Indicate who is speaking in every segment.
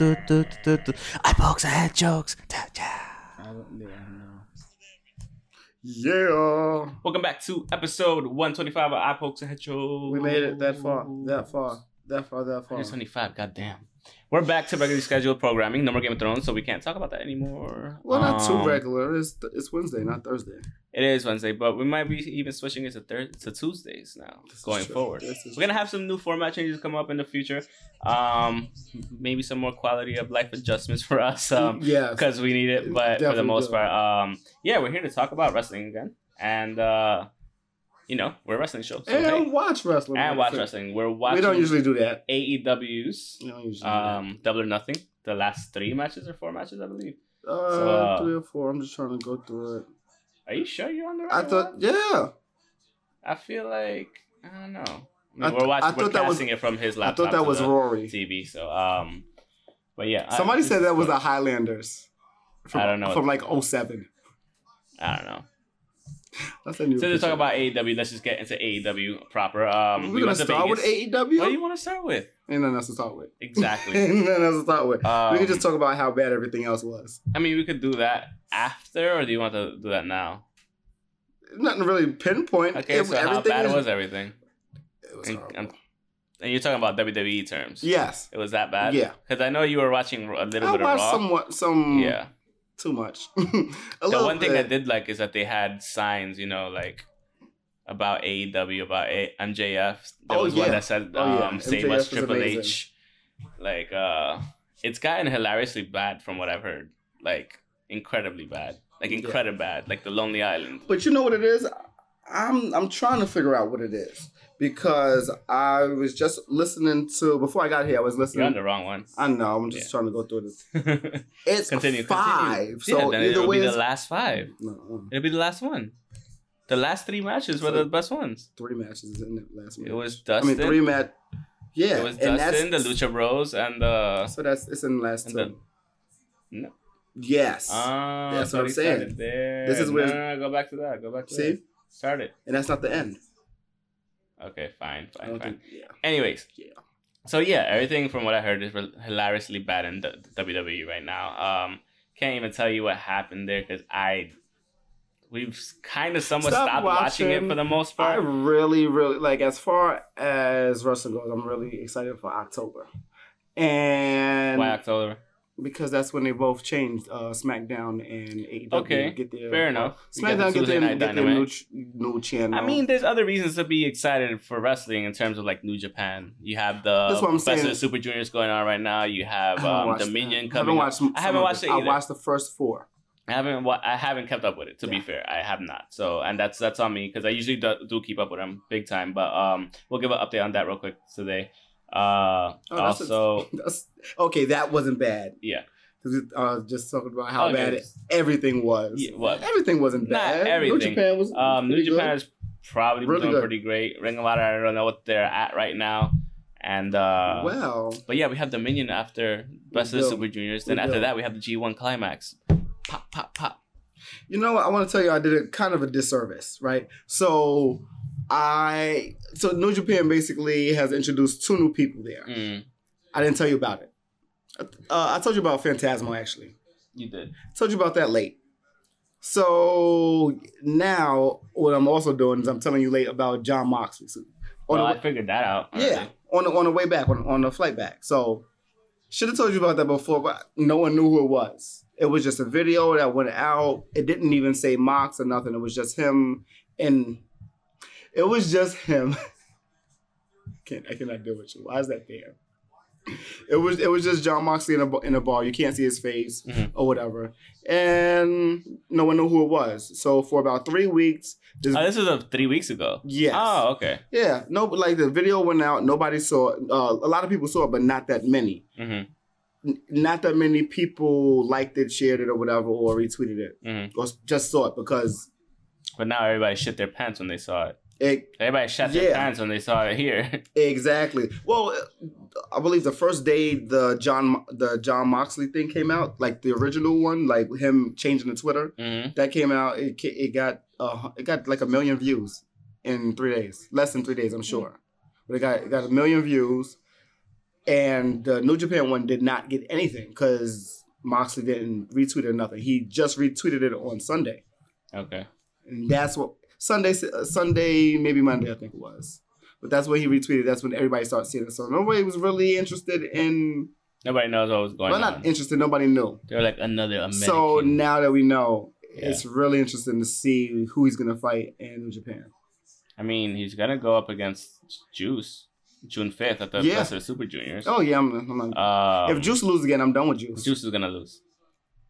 Speaker 1: I pokes, I had jokes.
Speaker 2: I don't, yeah, no. Yeah.
Speaker 3: Welcome back to episode 125 of I Pokes and Hecho.
Speaker 2: We made it that far. That far. That far, that far.
Speaker 3: 125, goddamn. We're back to regularly scheduled programming. No more Game of Thrones, so we can't talk about that anymore.
Speaker 2: Well, not
Speaker 3: Um,
Speaker 2: too regular. It's it's Wednesday, not Thursday.
Speaker 3: It is Wednesday, but we might be even switching it to Thursday to Tuesdays now
Speaker 2: This is
Speaker 3: going
Speaker 2: true.
Speaker 3: forward.
Speaker 2: This is
Speaker 3: We're gonna have some new format changes come up in the future. Um, maybe some more quality of life adjustments for us. Um,
Speaker 2: yeah.
Speaker 3: because we need it. But for the
Speaker 2: Definitely
Speaker 3: most
Speaker 2: do.
Speaker 3: part, um, yeah, we're here to talk about wrestling again, and uh, you know, we're a wrestling show, so
Speaker 2: and
Speaker 3: hey.
Speaker 2: watch wrestling.
Speaker 3: and watch wrestling. We're watching
Speaker 2: We don't usually Mm-hmm. do that.
Speaker 3: AEW's
Speaker 2: We don't usually.
Speaker 3: um, Double or Nothing. The last three matches or four matches, I believe.
Speaker 2: do that. Uh,
Speaker 3: so, uh,
Speaker 2: three or four. I'm just trying to go through it.
Speaker 3: Are you sure you're on the right?
Speaker 2: I thought,
Speaker 3: one?
Speaker 2: yeah.
Speaker 3: I feel like I don't know. I mean,
Speaker 2: I th-
Speaker 3: we're watching.
Speaker 2: I
Speaker 3: we're
Speaker 2: thought that was-
Speaker 3: casting it from his
Speaker 2: I
Speaker 3: laptop.
Speaker 2: thought that
Speaker 3: to
Speaker 2: was
Speaker 3: the
Speaker 2: Rory.
Speaker 3: TV. So, um, but yeah,
Speaker 2: Somebody
Speaker 3: I,
Speaker 2: said that was the Highlanders. From,
Speaker 3: I don't know.
Speaker 2: From like 07.
Speaker 3: I don't know.
Speaker 2: That's a new.
Speaker 3: So let's
Speaker 2: picture.
Speaker 3: talk about AEW. Let's just get into AEW proper. Um,
Speaker 2: We're
Speaker 3: we
Speaker 2: gonna
Speaker 3: went to
Speaker 2: start
Speaker 3: Vegas.
Speaker 2: with E AEW.
Speaker 3: What do you want to start with?
Speaker 2: Ain't nothing else to start with.
Speaker 3: Exactly.
Speaker 2: Ain't nothing else to start with.
Speaker 3: Um,
Speaker 2: we can just talk about how bad everything else was.
Speaker 3: I mean, we could do that after, or do you want to do that now?
Speaker 2: Nothing really pinpoint.
Speaker 3: Okay,
Speaker 2: It-
Speaker 3: so how bad
Speaker 2: is-
Speaker 3: was everything?
Speaker 2: It was
Speaker 3: And,
Speaker 2: horrible.
Speaker 3: and, and you're talking about WWE terms.
Speaker 2: yes.
Speaker 3: It was that bad?
Speaker 2: Yeah.
Speaker 3: Because I know you were watching a little
Speaker 2: I
Speaker 3: bit of
Speaker 2: watched
Speaker 3: Raw.
Speaker 2: somewhat, some,
Speaker 3: Yeah.
Speaker 2: too much. a
Speaker 3: The
Speaker 2: little
Speaker 3: one thing I
Speaker 2: bit.
Speaker 3: did like is that they had signs, you know, like about AEW, about A- MJF. There
Speaker 2: Oh,
Speaker 3: was one
Speaker 2: yeah.
Speaker 3: that said, um,
Speaker 2: Oh, yeah.
Speaker 3: save
Speaker 2: MJF
Speaker 3: us
Speaker 2: was
Speaker 3: Triple
Speaker 2: amazing.
Speaker 3: H. Like, uh, it's gotten hilariously bad from what I've heard. Like, incredibly bad. Like,
Speaker 2: Yeah.
Speaker 3: incredibly bad. Like, The Lonely Island.
Speaker 2: But you know what it is? I'm I'm trying to figure out what it is because I was just listening to before I got here. I
Speaker 3: You're
Speaker 2: was
Speaker 3: on
Speaker 2: listening.
Speaker 3: the wrong one.
Speaker 2: I know. I'm just trying to go through this.
Speaker 3: continue.
Speaker 2: It's
Speaker 3: continue.
Speaker 2: five.
Speaker 3: yeah,
Speaker 2: So
Speaker 3: then
Speaker 2: either
Speaker 3: it'll
Speaker 2: way,
Speaker 3: be the
Speaker 2: it's-
Speaker 3: last five.
Speaker 2: No, uh,
Speaker 3: It'll be the last one. The last three matches were the best ones.
Speaker 2: three matches in the last.
Speaker 3: It
Speaker 2: match.
Speaker 3: was
Speaker 2: I
Speaker 3: Dustin.
Speaker 2: mean, three match. Yeah,
Speaker 3: it was
Speaker 2: and
Speaker 3: Dustin, the
Speaker 2: that's-
Speaker 3: Lucha Bros, and the
Speaker 2: So that's it's in the last
Speaker 3: And
Speaker 2: two.
Speaker 3: the- No.
Speaker 2: Yes.
Speaker 3: Ah,
Speaker 2: That's what I'm
Speaker 3: he
Speaker 2: saying.
Speaker 3: started There.
Speaker 2: This is
Speaker 3: No,
Speaker 2: where-
Speaker 3: no, no, go back to that. Go back to
Speaker 2: See,
Speaker 3: that. Start it.
Speaker 2: and that's not the end.
Speaker 3: Okay, fine,
Speaker 2: I
Speaker 3: fine,
Speaker 2: don't
Speaker 3: fine.
Speaker 2: think. Yeah.
Speaker 3: Anyways,
Speaker 2: Yeah.
Speaker 3: so yeah, everything from what I heard is rel- hilariously bad in the the WWE right now. Um, can't even tell you what happened there because I, we've kind of somewhat
Speaker 2: Stop
Speaker 3: stopped watching. it
Speaker 2: watching.
Speaker 3: for the most
Speaker 2: I
Speaker 3: part.
Speaker 2: really, really like as far as wrestling goes. I'm really excited for October, and
Speaker 3: Why October?
Speaker 2: because that's when they both changed uh, SmackDown and AEW.
Speaker 3: Okay,
Speaker 2: get their, uh,
Speaker 3: Fair enough. You get the
Speaker 2: SmackDown get
Speaker 3: Tuesday
Speaker 2: their,
Speaker 3: Night
Speaker 2: get their new,
Speaker 3: Dynamite.
Speaker 2: ch- new channel.
Speaker 3: I mean, there's other reasons to be excited for wrestling in terms of like New Japan. You have the
Speaker 2: That's what I'm
Speaker 3: Best of the
Speaker 2: saying.
Speaker 3: Super Juniors going on right now. You
Speaker 2: I
Speaker 3: have
Speaker 2: haven't
Speaker 3: um,
Speaker 2: watched that.
Speaker 3: Dominion
Speaker 2: I haven't
Speaker 3: coming. up.
Speaker 2: watched. some
Speaker 3: I haven't
Speaker 2: of
Speaker 3: watched it
Speaker 2: I
Speaker 3: either.
Speaker 2: watched the first four.
Speaker 3: I haven't wa- I haven't kept up with it to be
Speaker 2: Yeah.
Speaker 3: fair. I have not. So and that's that's on me because I usually do, do keep up with them big time. But um, we'll give an update on that real quick today. Uh,
Speaker 2: Oh, that's a-
Speaker 3: also
Speaker 2: That's, okay, that wasn't bad.
Speaker 3: Yeah.
Speaker 2: because uh, just talking about how
Speaker 3: Okay.
Speaker 2: bad it, everything was.
Speaker 3: Yeah, what?
Speaker 2: Everything wasn't
Speaker 3: Not
Speaker 2: bad. New
Speaker 3: everything.
Speaker 2: Japan was.
Speaker 3: Um, New
Speaker 2: pretty good.
Speaker 3: Japan is probably
Speaker 2: Really
Speaker 3: doing
Speaker 2: good.
Speaker 3: pretty great. Ring of Honor, I don't know what they're at right now. And uh,
Speaker 2: well,
Speaker 3: but yeah, we have Dominion after Best of the
Speaker 2: do.
Speaker 3: Super Juniors.
Speaker 2: We
Speaker 3: Then after
Speaker 2: do.
Speaker 3: that, we have the G1 Climax. Pop, pop, pop.
Speaker 2: you know what? I want to tell you, I did a kind of a disservice, right? So, I so New Japan basically has introduced two new people there.
Speaker 3: Mm,
Speaker 2: I didn't tell you about it. Uh, I told you about Phantasmo actually.
Speaker 3: you did.
Speaker 2: I told you about that late. So now what I'm also doing is I'm telling you late about John Moxley. Oh, So, on
Speaker 3: Well,
Speaker 2: the
Speaker 3: I
Speaker 2: way-
Speaker 3: figured that out.
Speaker 2: yeah,
Speaker 3: already.
Speaker 2: on the on the way back, on on the flight back. So should have told you about that before, but no one knew who it was. It was just a video that went out. It didn't even say Mox or nothing. It was just him and it was just him. Can't I cannot deal with you. Why is that there? It was it was just John Moxley in a ba- in a bar. You can't see his face
Speaker 3: Mhm.
Speaker 2: or whatever, and no one knew who it was. So for about three weeks, this,
Speaker 3: Oh, this was uh, three weeks ago.
Speaker 2: yes,
Speaker 3: Oh, okay.
Speaker 2: yeah, no, but like the video went out. Nobody saw. it. Uh, a lot of people saw it, but not that many.
Speaker 3: hmm
Speaker 2: N- not that many people liked it, shared it, or whatever, or retweeted it,
Speaker 3: hmm
Speaker 2: or s- just saw it because
Speaker 3: But now everybody shit their pants when they saw it.
Speaker 2: It,
Speaker 3: Everybody shut their
Speaker 2: Yeah.
Speaker 3: pants when they saw it here.
Speaker 2: exactly. Well, uh, I believe the first day the John the John Moxley thing came out, like the original one, like him changing the Twitter
Speaker 3: hmm
Speaker 2: that came out. It ca- it got uh, it got like a million views in three days, less than three days, I'm sure. But it got it got a million views, and the New Japan one did not get anything because Moxley didn't retweet it or nothing. He just retweeted it on Sunday.
Speaker 3: Okay.
Speaker 2: and that's what Sunday, uh, Sunday, maybe Monday, I think it was. But that's when he retweeted. That's when everybody started seeing it. So nobody was really interested in.
Speaker 3: Nobody knows what was going
Speaker 2: Well,
Speaker 3: on.
Speaker 2: not interested. Nobody knew.
Speaker 3: They're like another American.
Speaker 2: So now that we know,
Speaker 3: Yeah.
Speaker 2: it's really interesting to see who he's gonna fight in New Japan.
Speaker 3: I mean, he's gonna go up against Juice June fifth at the
Speaker 2: Yeah.
Speaker 3: Wrestle Super Juniors.
Speaker 2: Oh yeah, I'm. I'm not,
Speaker 3: Um,
Speaker 2: if Juice loses again, I'm done with Juice.
Speaker 3: Juice is gonna lose.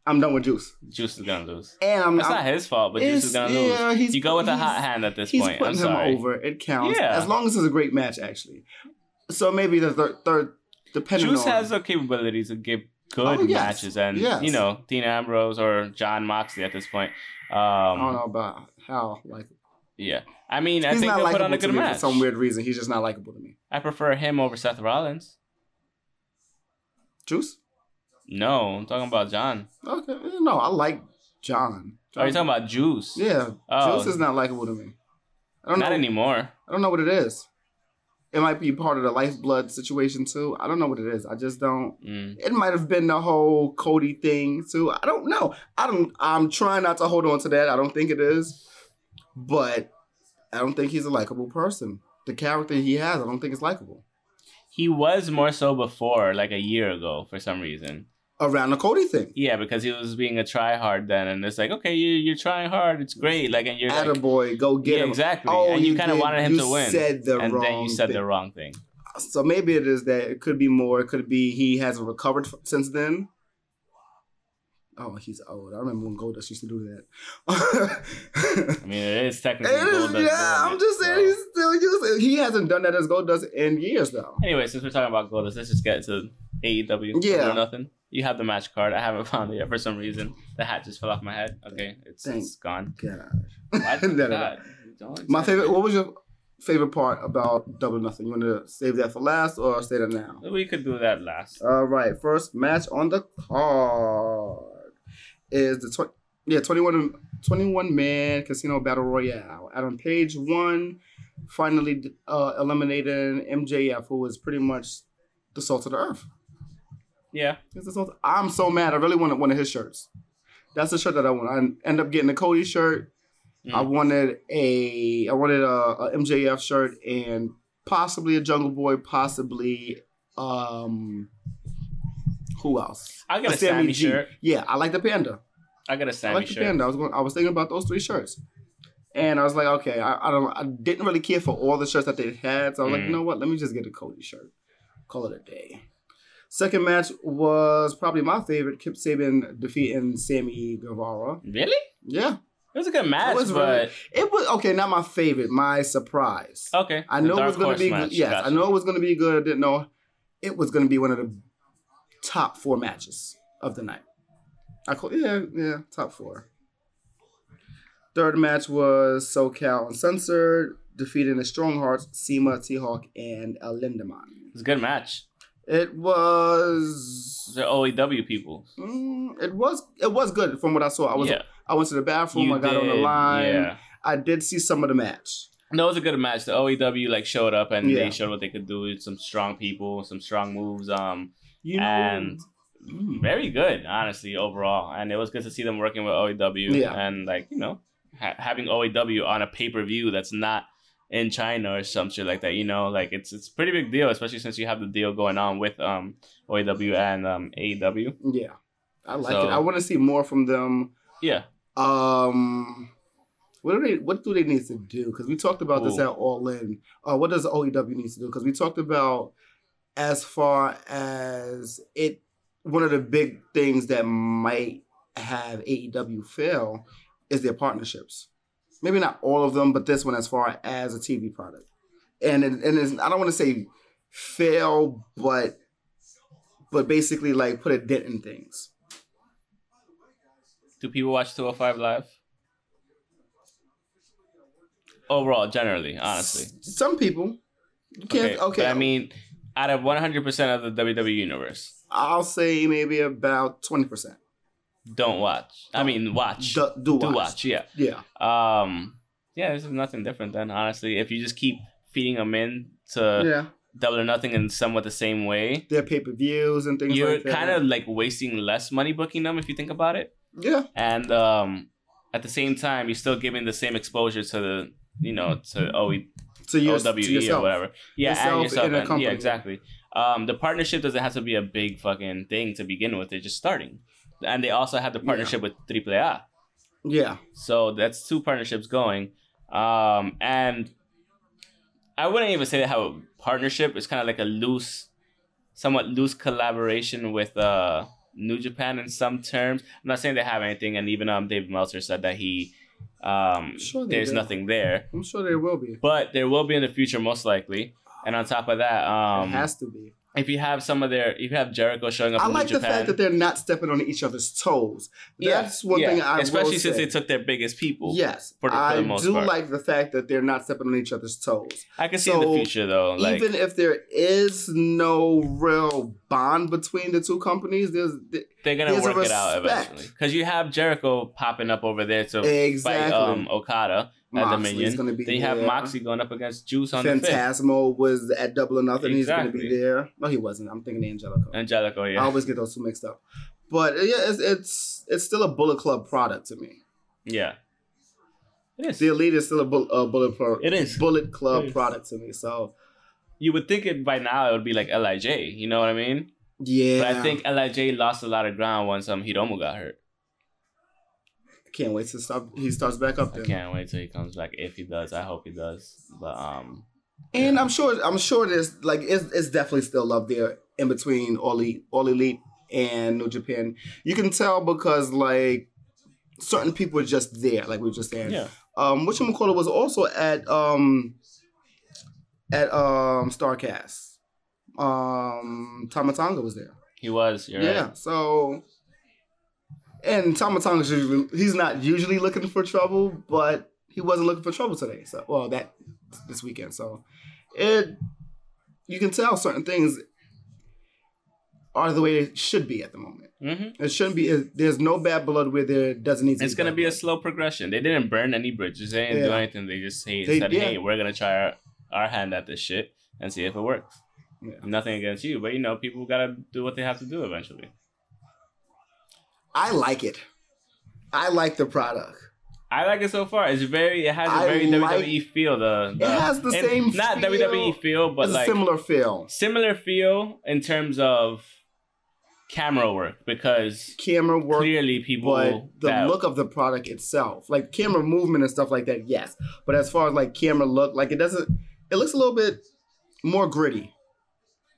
Speaker 2: I'm done with Juice.
Speaker 3: Juice is gonna lose.
Speaker 2: And I'm.
Speaker 3: It's
Speaker 2: I'm-
Speaker 3: not his fault, but Juice
Speaker 2: it's-
Speaker 3: is gonna lose.
Speaker 2: yeah, he's-
Speaker 3: You go with a hot
Speaker 2: he's-
Speaker 3: hand at this
Speaker 2: He's
Speaker 3: point. I'm
Speaker 2: putting him
Speaker 3: sorry.
Speaker 2: over. It counts.
Speaker 3: Yeah.
Speaker 2: As long as it's a great match, actually. So maybe the third, third depending
Speaker 3: Juice
Speaker 2: on
Speaker 3: has um, the capability to give good
Speaker 2: Oh, yes.
Speaker 3: matches, and
Speaker 2: Yes.
Speaker 3: you know Dean Ambrose or John Moxley at this point. Um,
Speaker 2: I don't know about how like
Speaker 3: Yeah, I mean, I
Speaker 2: Oh, he's
Speaker 3: think
Speaker 2: not
Speaker 3: they'll put
Speaker 2: likable
Speaker 3: on a
Speaker 2: to
Speaker 3: good
Speaker 2: me
Speaker 3: match.
Speaker 2: for some weird reason. He's just not likable to me.
Speaker 3: I prefer him over Seth Rollins.
Speaker 2: Juice?
Speaker 3: No, I'm talking about John.
Speaker 2: Okay, eh, no, I like John.
Speaker 3: Are you talking about Juice?
Speaker 2: Yeah,
Speaker 3: Oh.
Speaker 2: Juice is not likable to me. I don't
Speaker 3: Not
Speaker 2: know.
Speaker 3: anymore.
Speaker 2: I don't know what it is. It might be part of the lifeblood situation too. I don't know what it is. I just don't.
Speaker 3: Mm.
Speaker 2: It might have been the whole Cody thing too. I don't know. I don't. I'm trying not to hold on to that. I don't think it is, but I don't think he's a likable person. The character he has, I don't think is likable.
Speaker 3: He was more so before, like a year ago, for some reason.
Speaker 2: Around the Cody thing,
Speaker 3: Yeah, because he was being a try hard then, and it's like, okay, you you're trying hard, it's great, like, and you're like,
Speaker 2: Attaboy, go get
Speaker 3: yeah,
Speaker 2: him.
Speaker 3: exactly,
Speaker 2: Oh,
Speaker 3: and you,
Speaker 2: you
Speaker 3: kind of
Speaker 2: did.
Speaker 3: wanted him
Speaker 2: You
Speaker 3: to win,
Speaker 2: said the
Speaker 3: and then
Speaker 2: wrong
Speaker 3: you said the
Speaker 2: thing.
Speaker 3: wrong thing.
Speaker 2: So maybe it is that it could be more. It could be he hasn't recovered f- since then. Oh, he's old. I remember when Goldust used to do that.
Speaker 3: I mean, it is
Speaker 2: It
Speaker 3: technically.
Speaker 2: is,
Speaker 3: Goldust doing
Speaker 2: yeah, I'm
Speaker 3: it,
Speaker 2: just saying
Speaker 3: so.
Speaker 2: he's still using. He hasn't done that as Goldust in years though.
Speaker 3: Anyway, since we're talking about Goldust, let's just get to E AEW.
Speaker 2: Yeah.
Speaker 3: Or nothing. You have the match card. I haven't found it yet for some reason. The hat just fell off my head. Okay, it's,
Speaker 2: Thank
Speaker 3: it's gone. Why
Speaker 2: God.
Speaker 3: did
Speaker 2: No, no, no.
Speaker 3: that? Don't
Speaker 2: My
Speaker 3: exaggerate.
Speaker 2: favorite. What was your favorite part about Double or Nothing? You want to save that for last or say that now?
Speaker 3: We could do that last.
Speaker 2: All right, first match on the card is the tw- yeah 21, 21 man casino battle royale. Adam Page won, finally uh, eliminating MJF, who was pretty much the salt of the earth.
Speaker 3: Yeah.
Speaker 2: He's the salt- I'm so mad. I really wanted one of his shirts. That's the shirt that I want. I end up getting a Cody shirt. I
Speaker 3: Mm.
Speaker 2: wanted a I wanted a, a MJF shirt and possibly a Jungle Boy, possibly um who else?
Speaker 3: I got a
Speaker 2: Sammy
Speaker 3: Sammy
Speaker 2: G.
Speaker 3: shirt.
Speaker 2: Yeah, I like the panda.
Speaker 3: I got a
Speaker 2: I
Speaker 3: Sammy
Speaker 2: like the
Speaker 3: shirt.
Speaker 2: panda. I was going. I was thinking about those three shirts, and I was like, okay, I, I don't. I didn't really care for all the shirts that they had, so I was like,
Speaker 3: Mm.
Speaker 2: you know what? Let me just get a Cody shirt. Call it a day. Second match was probably my favorite. Kip Saban defeating Sammy Guevara.
Speaker 3: Really?
Speaker 2: Yeah,
Speaker 3: It was a good match,
Speaker 2: was
Speaker 3: but
Speaker 2: really- it was okay. Not my favorite. My surprise.
Speaker 3: okay.
Speaker 2: I
Speaker 3: The
Speaker 2: know it
Speaker 3: Dark
Speaker 2: was gonna
Speaker 3: Horse
Speaker 2: be
Speaker 3: match.
Speaker 2: good. yes.
Speaker 3: Gotcha.
Speaker 2: I know it was gonna be good. I didn't know it was gonna be one of the top four matches of the night. I call yeah yeah top four. Third match was SoCal Uncensored defeating the Strong Hearts, Seema, T Hawk, and El Lindemann.
Speaker 3: It was a good match.
Speaker 2: It was.
Speaker 3: They're OEW people.
Speaker 2: mm, it was it was good from what I saw. I was
Speaker 3: yeah.
Speaker 2: I went to the bathroom.
Speaker 3: You
Speaker 2: I got on the
Speaker 3: did,
Speaker 2: line.
Speaker 3: Yeah.
Speaker 2: I did see some of the match.
Speaker 3: No, it was a good match. The OEW like showed up and
Speaker 2: Yeah.
Speaker 3: they showed what they could do. Some strong people, some strong moves. Um,
Speaker 2: You know,
Speaker 3: And-
Speaker 2: Mm.
Speaker 3: very good, honestly, overall. And it was good to see them working with OEW
Speaker 2: Yeah.
Speaker 3: and like you know ha- having OEW on a pay per view that's not in China or some shit like that. You know, like it's it's a pretty big deal, especially since you have the deal going on with um OEW and um AEW.
Speaker 2: Yeah, I like
Speaker 3: So-
Speaker 2: it. I want to see more from them.
Speaker 3: Yeah,
Speaker 2: Um, what do they? What do they need to do? Because we talked about this
Speaker 3: Ooh.
Speaker 2: at All In. Uh, what does OEW need to do? Because we talked about as far as it. One of the big things that might have AEW fail is their partnerships. Maybe not all of them, but this one as far as a TV product, and it, and it's, I don't want to say fail, but but basically like put a dent in things.
Speaker 3: do people watch 205 Live? overall, generally, honestly.
Speaker 2: S- some people. You can't. Okay,
Speaker 3: but I mean, out of 100% of the WWE universe,
Speaker 2: I'll say maybe about twenty percent.
Speaker 3: don't watch. I mean, watch.
Speaker 2: Do, do
Speaker 3: Do
Speaker 2: watch.
Speaker 3: watch, yeah.
Speaker 2: Yeah,
Speaker 3: Um, yeah, this is nothing different then, honestly. If you just keep feeding them in to
Speaker 2: yeah.
Speaker 3: double or nothing in somewhat the same way,
Speaker 2: Their pay per views and things.
Speaker 3: you're
Speaker 2: like that.
Speaker 3: kind of like wasting less money booking them if you think about it.
Speaker 2: yeah.
Speaker 3: And um, at the same time, you're still giving the same exposure to the, you know, to oh, OE,
Speaker 2: So you're to
Speaker 3: OWE E
Speaker 2: yourself.
Speaker 3: or whatever. Yeah,
Speaker 2: Yourself
Speaker 3: and yourself.
Speaker 2: in a
Speaker 3: and- yeah,
Speaker 2: company.
Speaker 3: exactly. Um, the partnership doesn't have to be a big fucking thing to begin with. They're just starting. And they also have the
Speaker 2: Yeah.
Speaker 3: partnership with AAA.
Speaker 2: Yeah,
Speaker 3: So that's two partnerships going. Um, and I wouldn't even say that how a partnership is kind of like a loose, somewhat loose collaboration with uh, New Japan in some terms. I'm not saying they have anything, and even um, David Meltzer said that he um,
Speaker 2: Sure they
Speaker 3: there's
Speaker 2: do.
Speaker 3: nothing there,
Speaker 2: I'm sure there will be.
Speaker 3: but there will be in the future most likely. And on top of that,
Speaker 2: it
Speaker 3: um,
Speaker 2: has to be.
Speaker 3: if you have some of their, if you have Jericho showing up
Speaker 2: I
Speaker 3: in
Speaker 2: like
Speaker 3: New
Speaker 2: the
Speaker 3: Japan,
Speaker 2: fact that they're not stepping on each other's toes.
Speaker 3: Yeah,
Speaker 2: That's one
Speaker 3: yeah,
Speaker 2: thing I
Speaker 3: especially
Speaker 2: will
Speaker 3: since
Speaker 2: say.
Speaker 3: they took their biggest people.
Speaker 2: Yes,
Speaker 3: for the- for the
Speaker 2: I
Speaker 3: most
Speaker 2: do
Speaker 3: part.
Speaker 2: like the fact that they're not stepping on each other's toes.
Speaker 3: I can see in the
Speaker 2: So,
Speaker 3: future though, like
Speaker 2: Even if there is no real bond between the two companies, there's th-
Speaker 3: they're gonna
Speaker 2: There's a
Speaker 3: work it out
Speaker 2: respect.
Speaker 3: eventually. Because you have Jericho popping up over there to
Speaker 2: exactly.
Speaker 3: fight um, Okada at
Speaker 2: Moxley's
Speaker 3: Dominion.
Speaker 2: gonna be
Speaker 3: then you have
Speaker 2: there.
Speaker 3: Moxie going up against Juice on the fifth.
Speaker 2: Phantasmo was at Double or Nothing. He's going
Speaker 3: Exactly.
Speaker 2: to be there. No, he wasn't. I'm thinking Angelico.
Speaker 3: Angelico,
Speaker 2: I
Speaker 3: yeah,
Speaker 2: always get those two mixed up. But uh, yeah, it's it's, it's still a Bullet Club product to me.
Speaker 3: yeah. It is.
Speaker 2: The Elite is still a, bull, a Bullet Club.
Speaker 3: It is.
Speaker 2: Bullet Club
Speaker 3: It is.
Speaker 2: product to me. So
Speaker 3: You would think it by now it would be like Lij. You know what I mean?
Speaker 2: yeah,
Speaker 3: But I think Lij lost a lot of ground once um Hiromu got hurt.
Speaker 2: can't wait to stop. He starts back up
Speaker 3: I
Speaker 2: there.
Speaker 3: can't wait till he comes back. If he does, I hope he does. But um,
Speaker 2: And I'm sure I'm sure there's like it's, it's definitely still love there in between all elite, all elite and New Japan. You can tell because like certain people are just there, like we were just saying.
Speaker 3: yeah,
Speaker 2: Um whatchamacallit was also at um at um Starcast. Um Tamatanga was there.
Speaker 3: he was. You're
Speaker 2: yeah.
Speaker 3: right.
Speaker 2: So and Tamatanga's usually he's not usually looking for trouble, but he wasn't looking for trouble today. So well that this weekend. So it you can tell certain things are the way they should be at the moment.
Speaker 3: Mm-hmm.
Speaker 2: It shouldn't be there's no bad blood where there doesn't need to
Speaker 3: It's gonna
Speaker 2: bad
Speaker 3: be a
Speaker 2: blood.
Speaker 3: slow progression. They didn't burn any bridges. They didn't do
Speaker 2: Yeah.
Speaker 3: anything. They just hey,
Speaker 2: They-
Speaker 3: said,
Speaker 2: yeah.
Speaker 3: hey, we're gonna try our, our hand at this shit and see if it works.
Speaker 2: Yeah.
Speaker 3: Nothing against you, but you know, people gotta do what they have to do eventually.
Speaker 2: I like it. I like the product.
Speaker 3: I like it so far. It's very. It has a
Speaker 2: I
Speaker 3: very
Speaker 2: like-
Speaker 3: WWE feel. The,
Speaker 2: It
Speaker 3: the-
Speaker 2: has the
Speaker 3: and
Speaker 2: same
Speaker 3: not
Speaker 2: feel-
Speaker 3: WWE feel, but
Speaker 2: it's
Speaker 3: like
Speaker 2: a similar feel.
Speaker 3: similar feel in terms of camera work because
Speaker 2: Camera work
Speaker 3: clearly people
Speaker 2: but the
Speaker 3: that-
Speaker 2: look of the product itself, like camera movement and stuff like that, yes. But as far as like camera look, like it doesn't. It looks a little bit more gritty.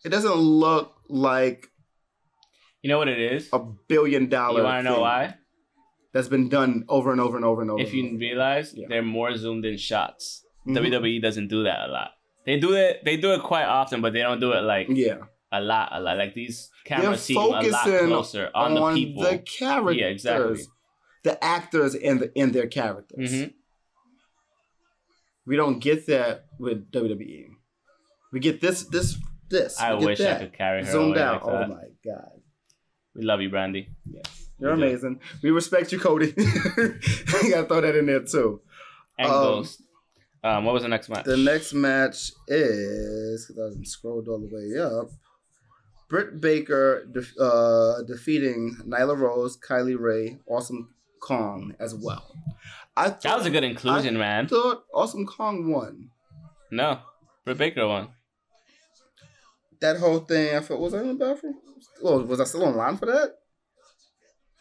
Speaker 2: It doesn't look like
Speaker 3: you know what it is.
Speaker 2: a billion dollar.
Speaker 3: You want to know
Speaker 2: thing
Speaker 3: why?
Speaker 2: That's been done over and over and over and over.
Speaker 3: If
Speaker 2: and
Speaker 3: you realize,
Speaker 2: Yeah.
Speaker 3: they're more zoomed in shots.
Speaker 2: over. Mhm.
Speaker 3: WWE doesn't do that a lot. They do it. They do it quite often, but they don't do it like
Speaker 2: yeah,
Speaker 3: a lot, a lot. Like these
Speaker 2: They're
Speaker 3: cameras seem a lot
Speaker 2: focusing
Speaker 3: closer on, the people.
Speaker 2: characters,
Speaker 3: Yeah, exactly.
Speaker 2: the actors and the and their characters.
Speaker 3: Mhm.
Speaker 2: We don't get that with WWE. We get this, this, this.
Speaker 3: I
Speaker 2: We get
Speaker 3: wish
Speaker 2: that.
Speaker 3: I could carry her
Speaker 2: zoomed
Speaker 3: away
Speaker 2: out.
Speaker 3: like
Speaker 2: oh
Speaker 3: that.
Speaker 2: my god.
Speaker 3: We love you, Brandy.
Speaker 2: Yes. You're
Speaker 3: We do.
Speaker 2: amazing. We respect you, Cody. I gotta throw that in there too.
Speaker 3: And
Speaker 2: Um,
Speaker 3: Ghost. Um, what was the next match?
Speaker 2: The next match is because I scrolled all the way up. Britt Baker def- uh, defeating Nyla Rose, Kylie Ray, Awesome Kong as well. I thought,
Speaker 3: that was a good inclusion,
Speaker 2: I
Speaker 3: man.
Speaker 2: thought Awesome Kong won
Speaker 3: No, Britt Baker won.
Speaker 2: that whole thing. I thought was I in the bathroom? Well, was I still online for that?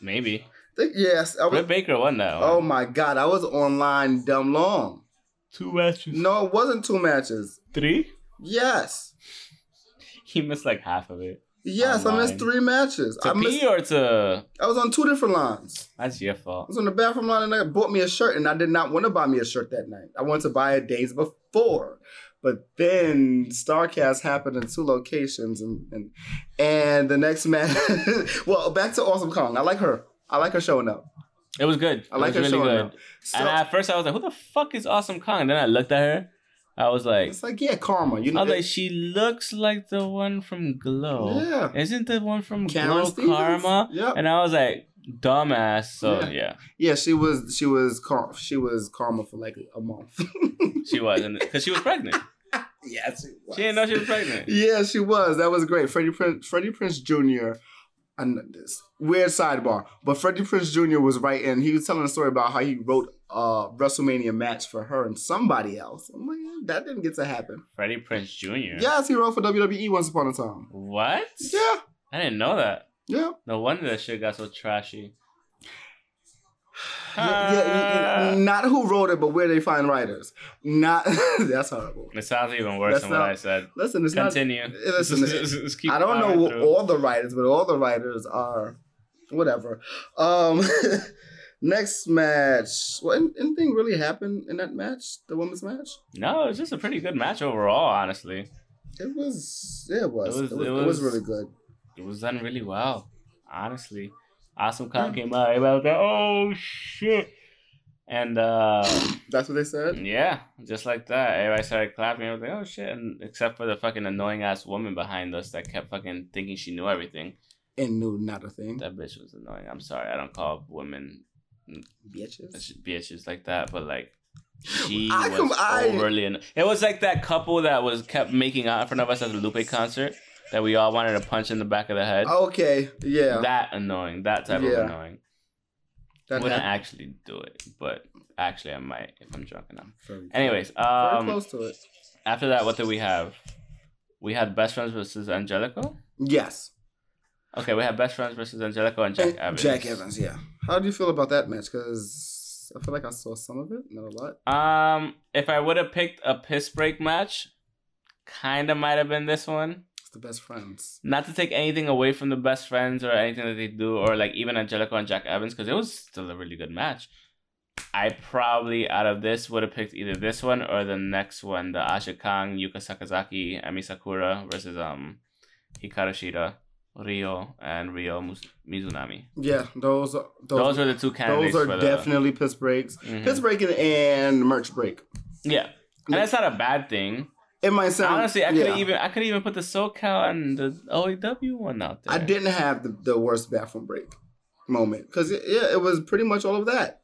Speaker 3: Maybe
Speaker 2: Think- yes, I was.
Speaker 3: Britt Baker won that.
Speaker 2: Oh
Speaker 3: one.
Speaker 2: my god, I was online dumb long.
Speaker 3: two matches.
Speaker 2: No, it wasn't two matches.
Speaker 3: Three.
Speaker 2: Yes.
Speaker 3: He missed like half of it.
Speaker 2: Yes, I missed
Speaker 3: Online.
Speaker 2: three matches.
Speaker 3: To
Speaker 2: I missed.
Speaker 3: pee or to.
Speaker 2: I was on two different lines.
Speaker 3: That's your
Speaker 2: I
Speaker 3: fault.
Speaker 2: was on the bathroom line and I bought me a shirt, and I did not want to buy me a shirt that night. I wanted to buy it days before, but then Starcast happened in two locations, and and, and the next match. well, back to Awesome Kong. I like her. I like her showing up.
Speaker 3: It was good.
Speaker 2: I like
Speaker 3: it
Speaker 2: her
Speaker 3: was
Speaker 2: show.
Speaker 3: really
Speaker 2: now.
Speaker 3: good.
Speaker 2: So,
Speaker 3: and at first I was like, "Who the fuck is Awesome Kong?" And then I looked at her. I was like,
Speaker 2: it's like yeah, karma. You
Speaker 3: I
Speaker 2: know,
Speaker 3: was like, she looks like the one from Glow.
Speaker 2: yeah.
Speaker 3: Isn't the one from
Speaker 2: Cameron
Speaker 3: Glow
Speaker 2: Stevens?
Speaker 3: Karma?
Speaker 2: Yep.
Speaker 3: And I was like, dumbass. So
Speaker 2: Yeah.
Speaker 3: yeah,
Speaker 2: Yeah, she was she was car- she was karma for like a month.
Speaker 3: she was, and because she was pregnant,
Speaker 2: yeah, she was.
Speaker 3: she didn't know she was pregnant.
Speaker 2: Yeah, she was. That was great. Freddie Prince, Freddie Prince Jr. And this weird sidebar, but Freddie Prince Jr. was right, and he was telling a story about how he wrote a WrestleMania match for her and somebody else. I'm like, "Yeah, that didn't get to happen.
Speaker 3: Freddie Prince Jr.
Speaker 2: Yes, he wrote for WWE once upon a time.
Speaker 3: What?
Speaker 2: Yeah,
Speaker 3: I didn't know that.
Speaker 2: yeah.
Speaker 3: No wonder that shit got so trashy.
Speaker 2: Yeah, yeah, yeah,
Speaker 3: Ah.
Speaker 2: not who wrote it, but where they find writers. Not that's horrible.
Speaker 3: It sounds even worse
Speaker 2: That's
Speaker 3: than
Speaker 2: not-
Speaker 3: what I said.
Speaker 2: Listen, it's not
Speaker 3: Continue.
Speaker 2: listen,
Speaker 3: Just keep
Speaker 2: I don't
Speaker 3: plowing
Speaker 2: know
Speaker 3: through.
Speaker 2: all the writers, but all the writers are whatever. Um, next match. Well, an- anything really happened in that match? The women's match?
Speaker 3: No, it's just a pretty good match overall. Honestly,
Speaker 2: It was. Yeah, it was. It
Speaker 3: was-
Speaker 2: was, it was,
Speaker 3: it was-
Speaker 2: really good.
Speaker 3: it was done really well. Honestly, Awesome Khan came out. Everybody was like, "Oh shit!" And uh,
Speaker 2: That's what they said.
Speaker 3: yeah, just like that, everybody started clapping. I was like, "Oh shit!" And except for the fucking annoying ass woman behind us that kept fucking thinking she knew everything.
Speaker 2: And knew not a thing.
Speaker 3: That bitch was annoying. I'm sorry, I don't call women
Speaker 2: Bitches.
Speaker 3: bitches like that, but like she
Speaker 2: I
Speaker 3: was
Speaker 2: com- I-
Speaker 3: overly. anno- It was like that couple that was kept making out in front of us at the Lupe concert that we all wanted to punch in the back of the head.
Speaker 2: Okay. Oh, Yeah.
Speaker 3: That annoying. That type
Speaker 2: Yeah.
Speaker 3: of annoying.
Speaker 2: That
Speaker 3: Wouldn't
Speaker 2: happened.
Speaker 3: actually do it, but actually I might if I'm drunk enough.
Speaker 2: Very-
Speaker 3: Anyways,
Speaker 2: very
Speaker 3: um,
Speaker 2: close to it.
Speaker 3: after that, what did we have? We had best friends versus Angelico.
Speaker 2: Yes.
Speaker 3: Okay, we had best friends versus Angelico and Jack
Speaker 2: Eh, Jack
Speaker 3: Evans.
Speaker 2: Evans. Yeah. How do you feel about that match? Because I feel like I saw some of it, not a lot.
Speaker 3: Um, if I would have picked a piss break match, kind of might have been this one.
Speaker 2: It's the best friends.
Speaker 3: Not to take anything away from the best friends or anything that they do, or like even Angelico and Jack Evans, because it was still a really good match. I probably out of this would have picked either this one or the next one, the Asha Kang, Yuka Sakazaki, Ami Sakura versus um Hikaru Shida, Ryo, and Ryo Mus- Mizunami.
Speaker 2: Yeah, those are
Speaker 3: Those, were the two candidates.
Speaker 2: Those are
Speaker 3: for the,
Speaker 2: definitely piss breaks.
Speaker 3: Mhm.
Speaker 2: Piss breaking and merch break.
Speaker 3: Yeah, and that's not a bad thing.
Speaker 2: It might sound
Speaker 3: Honestly, I could
Speaker 2: yeah.
Speaker 3: have even I could even put the SoCal and the OEW one out there.
Speaker 2: I didn't have the, the worst bathroom break moment because yeah, it was pretty much all of that.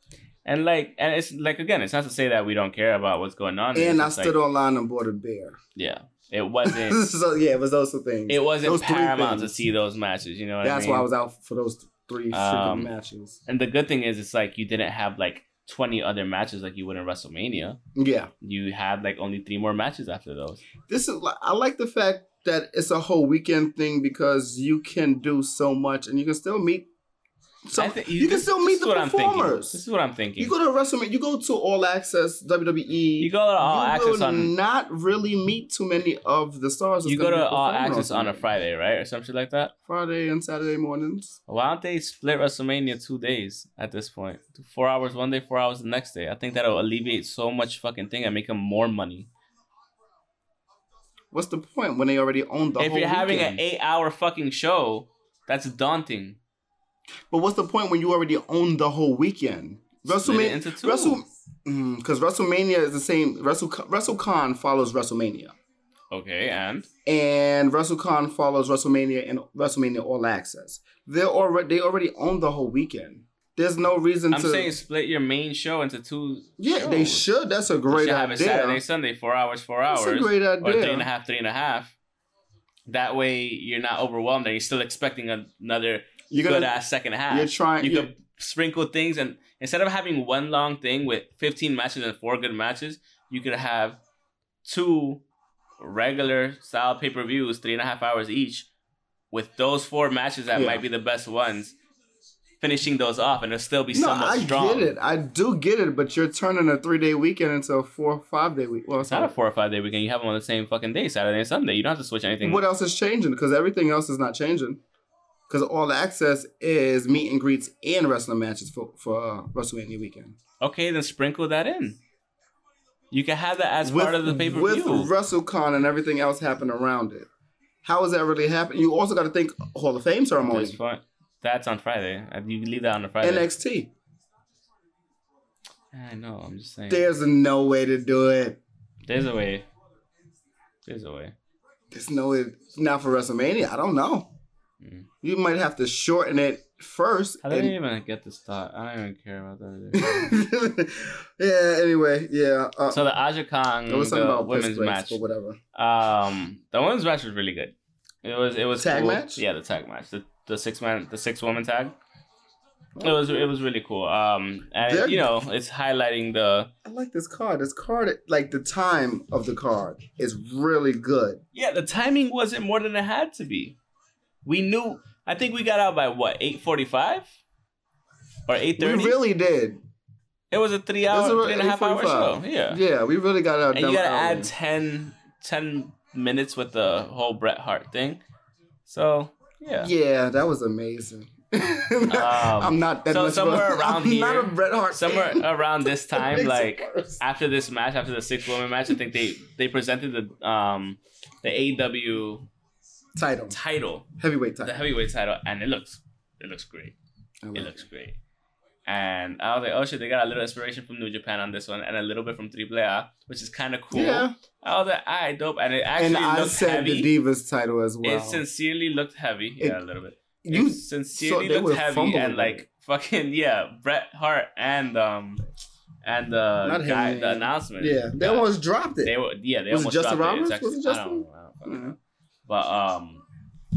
Speaker 3: and like and it's like again, it's not to say that we don't care about what's going on.
Speaker 2: and I
Speaker 3: It's just
Speaker 2: stood
Speaker 3: like,
Speaker 2: online and bought a beer.
Speaker 3: Yeah, it wasn't.
Speaker 2: so yeah, it was those two things.
Speaker 3: it wasn't
Speaker 2: Those three
Speaker 3: paramount to
Speaker 2: things.
Speaker 3: see those matches. You know what
Speaker 2: That's
Speaker 3: I mean?
Speaker 2: why I was out for those three
Speaker 3: Um,
Speaker 2: freaking matches.
Speaker 3: And the good thing is, it's like you didn't have like twenty other matches like you would in WrestleMania.
Speaker 2: Yeah,
Speaker 3: You had like only three more matches after those.
Speaker 2: this is. li- I like the fact that it's a whole weekend thing because you can do so much and you can still meet. So
Speaker 3: I think-
Speaker 2: you, can
Speaker 3: this-
Speaker 2: still
Speaker 3: this
Speaker 2: meet
Speaker 3: is
Speaker 2: the
Speaker 3: what I'm thinking.
Speaker 2: performers.
Speaker 3: This is what I'm thinking.
Speaker 2: You go to WrestleMania, you go to All Access WWE.
Speaker 3: You go to All
Speaker 2: you
Speaker 3: Access
Speaker 2: will
Speaker 3: on
Speaker 2: not really meet too many of the stars. that's
Speaker 3: you go
Speaker 2: gonna be
Speaker 3: to All
Speaker 2: performing
Speaker 3: Access on a
Speaker 2: Sunday.
Speaker 3: Friday, right, or something like that.
Speaker 2: Friday and Saturday mornings.
Speaker 3: Why don't they split WrestleMania two days at this point? Four hours one day, four hours the next day. I think that'll alleviate so much fucking thing and make them more money.
Speaker 2: What's the point when they already own the
Speaker 3: if
Speaker 2: whole
Speaker 3: you're having an
Speaker 2: weekend?
Speaker 3: eight hour fucking show, that's daunting.
Speaker 2: but what's the point when you already own the whole weekend?
Speaker 3: Split it
Speaker 2: WrestleMania,
Speaker 3: into two.
Speaker 2: Wrestle, because WrestleMania is the same. Wrestle WrestleCon follows WrestleMania,
Speaker 3: Okay, and
Speaker 2: and WrestleCon follows WrestleMania and WrestleMania All Access. They're already they already own the whole weekend. There's no reason
Speaker 3: I'm
Speaker 2: to.
Speaker 3: saying split your main show into two.
Speaker 2: Yeah, they
Speaker 3: shows.
Speaker 2: should. That's a
Speaker 3: You
Speaker 2: great
Speaker 3: should have it
Speaker 2: idea.
Speaker 3: Saturday, Sunday, four hours, four
Speaker 2: That's
Speaker 3: hours,
Speaker 2: a great
Speaker 3: or three and
Speaker 2: idea.
Speaker 3: a half, three and a half. That way, you're not overwhelmed and you're still expecting another
Speaker 2: You're
Speaker 3: good
Speaker 2: gonna,
Speaker 3: ass second half.
Speaker 2: you're trying.
Speaker 3: you
Speaker 2: you're-
Speaker 3: could sprinkle things and instead of having one long thing with 15 matches and four good matches you could have two regular style pay-per-views three and a half hours each with those four matches that
Speaker 2: Yeah.
Speaker 3: might be the best ones finishing those off and it'll still be
Speaker 2: no,
Speaker 3: somewhat
Speaker 2: I
Speaker 3: strong
Speaker 2: get it. I do get it, but you're turning a three day weekend into a four or five day week. Well,
Speaker 3: it's not a four or five day weekend you have them on the same fucking day saturday and sunday you don't have to switch anything
Speaker 2: what else is changing? Because everything else is not changing. Because all access is meet and greets and wrestling matches for for uh, WrestleMania weekend.
Speaker 3: okay then sprinkle that in you can have that as
Speaker 2: with,
Speaker 3: part of the pay-per-view
Speaker 2: with WrestleCon and everything else happened around it. How is that really happening? You also got to think Hall of Fame
Speaker 3: At this
Speaker 2: ceremony,
Speaker 3: point- that's on friday you leave that on a friday
Speaker 2: NXT.
Speaker 3: I know. I'm just saying.
Speaker 2: There's no way to do it.
Speaker 3: There's a way. There's a way.
Speaker 2: There's no way. Not for WrestleMania. I don't know.
Speaker 3: Mm.
Speaker 2: You might have to shorten it first.
Speaker 3: I didn't
Speaker 2: and-
Speaker 3: even get this thought. I don't even care about that. either.
Speaker 2: yeah. Anyway. Yeah. Uh,
Speaker 3: so the Aja Kong
Speaker 2: it was something
Speaker 3: the
Speaker 2: about
Speaker 3: women's
Speaker 2: women's
Speaker 3: match.
Speaker 2: but whatever.
Speaker 3: Um, the women's match was really good. It was it was
Speaker 2: Tag
Speaker 3: cool.
Speaker 2: match?
Speaker 3: Yeah, the tag match. The the six man the six woman tag. It was it was really cool. Um, and
Speaker 2: They're-
Speaker 3: you know it's highlighting the
Speaker 2: I like this card. This card, like the time of the card, is really good.
Speaker 3: yeah the timing wasn't more than it had to be. We knew. I think we got out by what eight forty five or eight thirty.
Speaker 2: We really did.
Speaker 3: It was a three
Speaker 2: It
Speaker 3: hour,
Speaker 2: was
Speaker 3: three and a half hour
Speaker 2: 8:45.
Speaker 3: show. Yeah.
Speaker 2: Yeah, we really got out.
Speaker 3: And you
Speaker 2: done
Speaker 3: gotta
Speaker 2: early.
Speaker 3: add 10, 10 minutes with the whole Bret Hart thing. So, yeah. Um,
Speaker 2: Yeah, that was amazing. I'm not that
Speaker 3: so
Speaker 2: much of a-
Speaker 3: somewhere around
Speaker 2: I'm Not a
Speaker 3: here-
Speaker 2: Bret Hart.
Speaker 3: Somewhere
Speaker 2: fan.
Speaker 3: around this
Speaker 2: That
Speaker 3: time,
Speaker 2: makes it
Speaker 3: like
Speaker 2: worse.
Speaker 3: after this match, after the six woman match, I think they they presented the um the AW
Speaker 2: title,
Speaker 3: title,
Speaker 2: heavyweight
Speaker 3: the
Speaker 2: title.
Speaker 3: heavyweight title, and it looks it looks great.
Speaker 2: I
Speaker 3: It
Speaker 2: like
Speaker 3: looks great. And I was like, oh shit, they got a little inspiration from New Japan on this one, and a little bit from Triple A, which is kind of cool.
Speaker 2: Yeah,
Speaker 3: I was like, all right, dope. And it actually
Speaker 2: and I
Speaker 3: looked
Speaker 2: said
Speaker 3: heavy.
Speaker 2: the Divas title as well.
Speaker 3: It sincerely looked heavy.
Speaker 2: It-
Speaker 3: Yeah, a little bit.
Speaker 2: you
Speaker 3: it sincerely
Speaker 2: they were
Speaker 3: looked heavy
Speaker 2: fumbling
Speaker 3: and
Speaker 2: with it.
Speaker 3: like fucking yeah, Bret Hart and um and the
Speaker 2: Not him,
Speaker 3: guy, the
Speaker 2: man.
Speaker 3: announcement.
Speaker 2: yeah, they
Speaker 3: guy.
Speaker 2: almost dropped it.
Speaker 3: they were yeah they
Speaker 2: Was it
Speaker 3: almost
Speaker 2: Justin
Speaker 3: dropped
Speaker 2: Roberts?
Speaker 3: It's actually-
Speaker 2: Was it
Speaker 3: I
Speaker 2: Justin?
Speaker 3: don't know, I don't fucking know. But um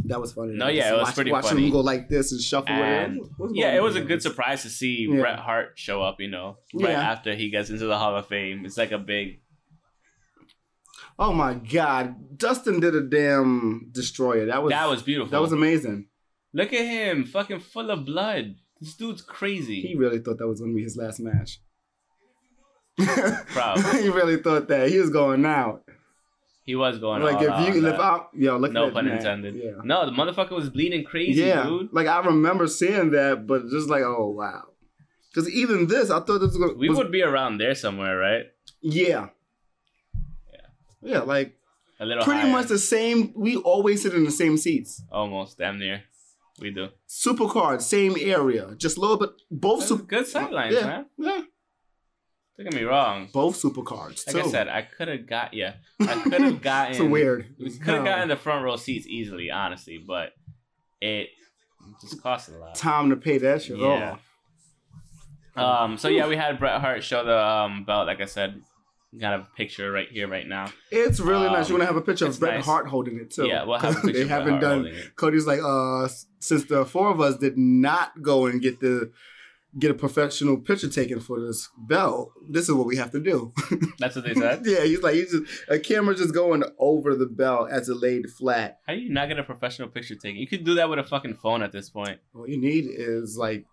Speaker 2: that was funny.
Speaker 3: No,
Speaker 2: Just
Speaker 3: yeah, it was
Speaker 2: watch,
Speaker 3: pretty
Speaker 2: watch
Speaker 3: funny.
Speaker 2: him go like this and shuffle. with it.
Speaker 3: And-
Speaker 2: What's- what's
Speaker 3: yeah,
Speaker 2: going
Speaker 3: it was a
Speaker 2: on?
Speaker 3: good surprise to see
Speaker 2: Yeah.
Speaker 3: Bret Hart show up. You know, right
Speaker 2: Yeah.
Speaker 3: after he gets into the Hall of Fame, it's like a big
Speaker 2: Oh my god, Dustin did a damn destroyer. That was
Speaker 3: that was beautiful.
Speaker 2: that was amazing.
Speaker 3: look at him, fucking full of blood. This dude's crazy.
Speaker 2: He really thought that was gonna be his last match.
Speaker 3: Proud.
Speaker 2: he really thought that he was going out.
Speaker 3: He was going
Speaker 2: like
Speaker 3: all out
Speaker 2: if
Speaker 3: on
Speaker 2: you if
Speaker 3: that.
Speaker 2: I yo look at
Speaker 3: no
Speaker 2: that
Speaker 3: pun
Speaker 2: man.
Speaker 3: intended.
Speaker 2: Yeah,
Speaker 3: No, the motherfucker was bleeding crazy,
Speaker 2: yeah.
Speaker 3: dude.
Speaker 2: Like I remember seeing that, but just like oh wow, because even this I thought this was gonna
Speaker 3: We
Speaker 2: was-
Speaker 3: would be around there somewhere, right?
Speaker 2: yeah. Yeah, like
Speaker 3: A little
Speaker 2: pretty
Speaker 3: higher.
Speaker 2: much the same. We always sit in the same seats.
Speaker 3: almost damn near. We do.
Speaker 2: Supercard, same area, just a little bit. Both
Speaker 3: That's
Speaker 2: super,
Speaker 3: good sidelines,
Speaker 2: yeah,
Speaker 3: man.
Speaker 2: yeah.
Speaker 3: Don't get me wrong.
Speaker 2: Both supercards.
Speaker 3: Like
Speaker 2: too.
Speaker 3: I said, I could have got yeah. I could have gotten.
Speaker 2: It's weird.
Speaker 3: We could have
Speaker 2: No.
Speaker 3: gotten the front row seats easily, honestly, but it just cost a lot.
Speaker 2: time to pay that shit
Speaker 3: Yeah.
Speaker 2: off.
Speaker 3: Um. So yeah, we had Bret Hart show the um, belt. Like I said, got a picture right here, right now.
Speaker 2: It's really
Speaker 3: Um,
Speaker 2: nice. You want to have a picture
Speaker 3: it's
Speaker 2: of Bret
Speaker 3: nice.
Speaker 2: Hart holding it too.
Speaker 3: yeah, we'll have a
Speaker 2: 'Cause
Speaker 3: picture.
Speaker 2: they
Speaker 3: of Bret
Speaker 2: haven't
Speaker 3: Hart
Speaker 2: done.
Speaker 3: holding it.
Speaker 2: Cody's like, uh, s- since the four of us did not go and get the get a professional picture taken for this belt, this is what we have to do.
Speaker 3: That's what they said.
Speaker 2: yeah, he's like, he's just a camera just going over the belt as it laid flat.
Speaker 3: How do you not get a professional picture taken? You could do that with a fucking phone at this point.
Speaker 2: What you need is like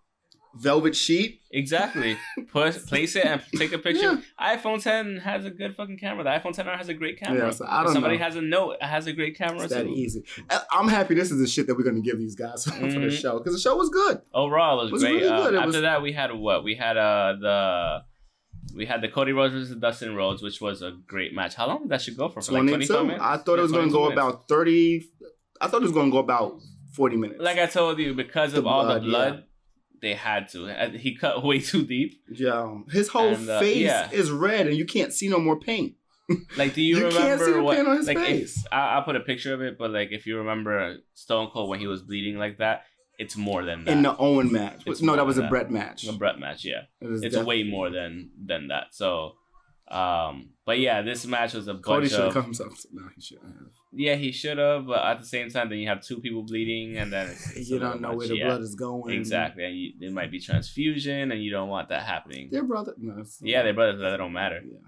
Speaker 2: velvet sheet.
Speaker 3: Exactly. Put place it and take a picture.
Speaker 2: Yeah.
Speaker 3: iPhone 10 has a good fucking camera. The iPhone 10 R has a great camera.
Speaker 2: Yeah, so I
Speaker 3: If
Speaker 2: don't
Speaker 3: somebody
Speaker 2: know.
Speaker 3: has a note, it has a great camera.
Speaker 2: It's that
Speaker 3: too.
Speaker 2: easy. I- I'm happy this is the shit that we're gonna give these guys for the
Speaker 3: Mhm.
Speaker 2: show because the show was good.
Speaker 3: Overall, it was,
Speaker 2: It was
Speaker 3: great.
Speaker 2: really
Speaker 3: Uh,
Speaker 2: good. It
Speaker 3: after
Speaker 2: was-
Speaker 3: that, we had what? We had uh the we had the Cody Rhodes versus Dustin Rhodes, which was a great match. How long did that should go for? For like
Speaker 2: 22.
Speaker 3: 25 minutes.
Speaker 2: I thought it
Speaker 3: Yeah,
Speaker 2: was going to
Speaker 3: 22
Speaker 2: go
Speaker 3: minutes.
Speaker 2: about 30. I thought it was going to go about 40 minutes.
Speaker 3: Like I told you, because
Speaker 2: The
Speaker 3: of all the
Speaker 2: blood, yeah.
Speaker 3: blood, they had to. Uh, He cut way too deep.
Speaker 2: yeah. His whole
Speaker 3: And, uh,
Speaker 2: face
Speaker 3: yeah.
Speaker 2: is red and you can't see no more paint.
Speaker 3: Like, do you,
Speaker 2: You can't
Speaker 3: remember
Speaker 2: see the
Speaker 3: what?
Speaker 2: pain on his
Speaker 3: like,
Speaker 2: face.
Speaker 3: If, I, I put a picture of it, but like, if you remember Stone Cold when he was bleeding like that, it's more than that.
Speaker 2: In the Owen match.
Speaker 3: It's
Speaker 2: no,
Speaker 3: more
Speaker 2: that was
Speaker 3: than
Speaker 2: a
Speaker 3: that.
Speaker 2: Brett match.
Speaker 3: a Brett match, yeah.
Speaker 2: It was
Speaker 3: It's
Speaker 2: def-
Speaker 3: way more than than that. So, um, but yeah, this match was a
Speaker 2: Cody
Speaker 3: bunch
Speaker 2: should have
Speaker 3: of
Speaker 2: come himself. No, he should have.
Speaker 3: yeah, he should have, but at the same time, then you have two people bleeding, and then it's, it's a
Speaker 2: You
Speaker 3: little
Speaker 2: don't know
Speaker 3: much,
Speaker 2: where the
Speaker 3: yeah.
Speaker 2: blood is going.
Speaker 3: exactly. And you, there might be transfusion, and you don't want that happening.
Speaker 2: Their brother. No, it's-
Speaker 3: Yeah, they're brothers, but that don't matter.
Speaker 2: Yeah.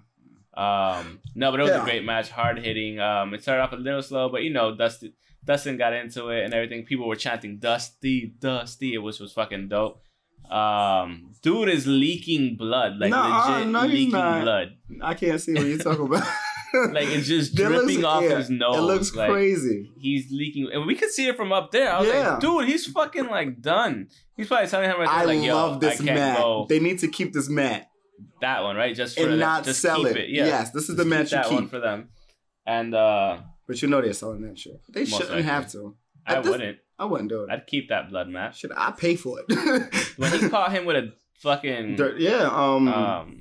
Speaker 3: Um, no, but it was a
Speaker 2: Yeah.
Speaker 3: great match, hard hitting. Um, it started off a little slow, but you know, Dusty Dustin got into it and everything. People were chanting "Dusty, Dusty," which was fucking dope. Um, dude is leaking blood, like
Speaker 2: Nuh-uh,
Speaker 3: legit
Speaker 2: no, he's
Speaker 3: leaking
Speaker 2: not.
Speaker 3: blood.
Speaker 2: I can't see what you're talking about.
Speaker 3: Like it's just
Speaker 2: That looks-
Speaker 3: dripping off
Speaker 2: yeah,
Speaker 3: his nose.
Speaker 2: it looks
Speaker 3: like,
Speaker 2: crazy.
Speaker 3: He's leaking, and we could see it from up there. I was
Speaker 2: Yeah.
Speaker 3: like, dude, he's fucking like done. He's probably telling him right there,
Speaker 2: I
Speaker 3: like, yo,
Speaker 2: love this
Speaker 3: I can't
Speaker 2: mat.
Speaker 3: go
Speaker 2: They need to keep this mat
Speaker 3: that one, right? Just for
Speaker 2: and
Speaker 3: the-
Speaker 2: not
Speaker 3: just
Speaker 2: sell
Speaker 3: keep
Speaker 2: it.
Speaker 3: it. Yeah.
Speaker 2: Yes, this is the
Speaker 3: Just
Speaker 2: match you
Speaker 3: that one
Speaker 2: keep.
Speaker 3: for them. And uh,
Speaker 2: But you know they're selling that shit. They
Speaker 3: Most
Speaker 2: shouldn't
Speaker 3: likely.
Speaker 2: have to.
Speaker 3: I
Speaker 2: At this-
Speaker 3: wouldn't.
Speaker 2: I wouldn't do it.
Speaker 3: I'd keep that blood match.
Speaker 2: Should I pay for it?
Speaker 3: When he caught him with a fucking
Speaker 2: Dirt- yeah, um,
Speaker 3: um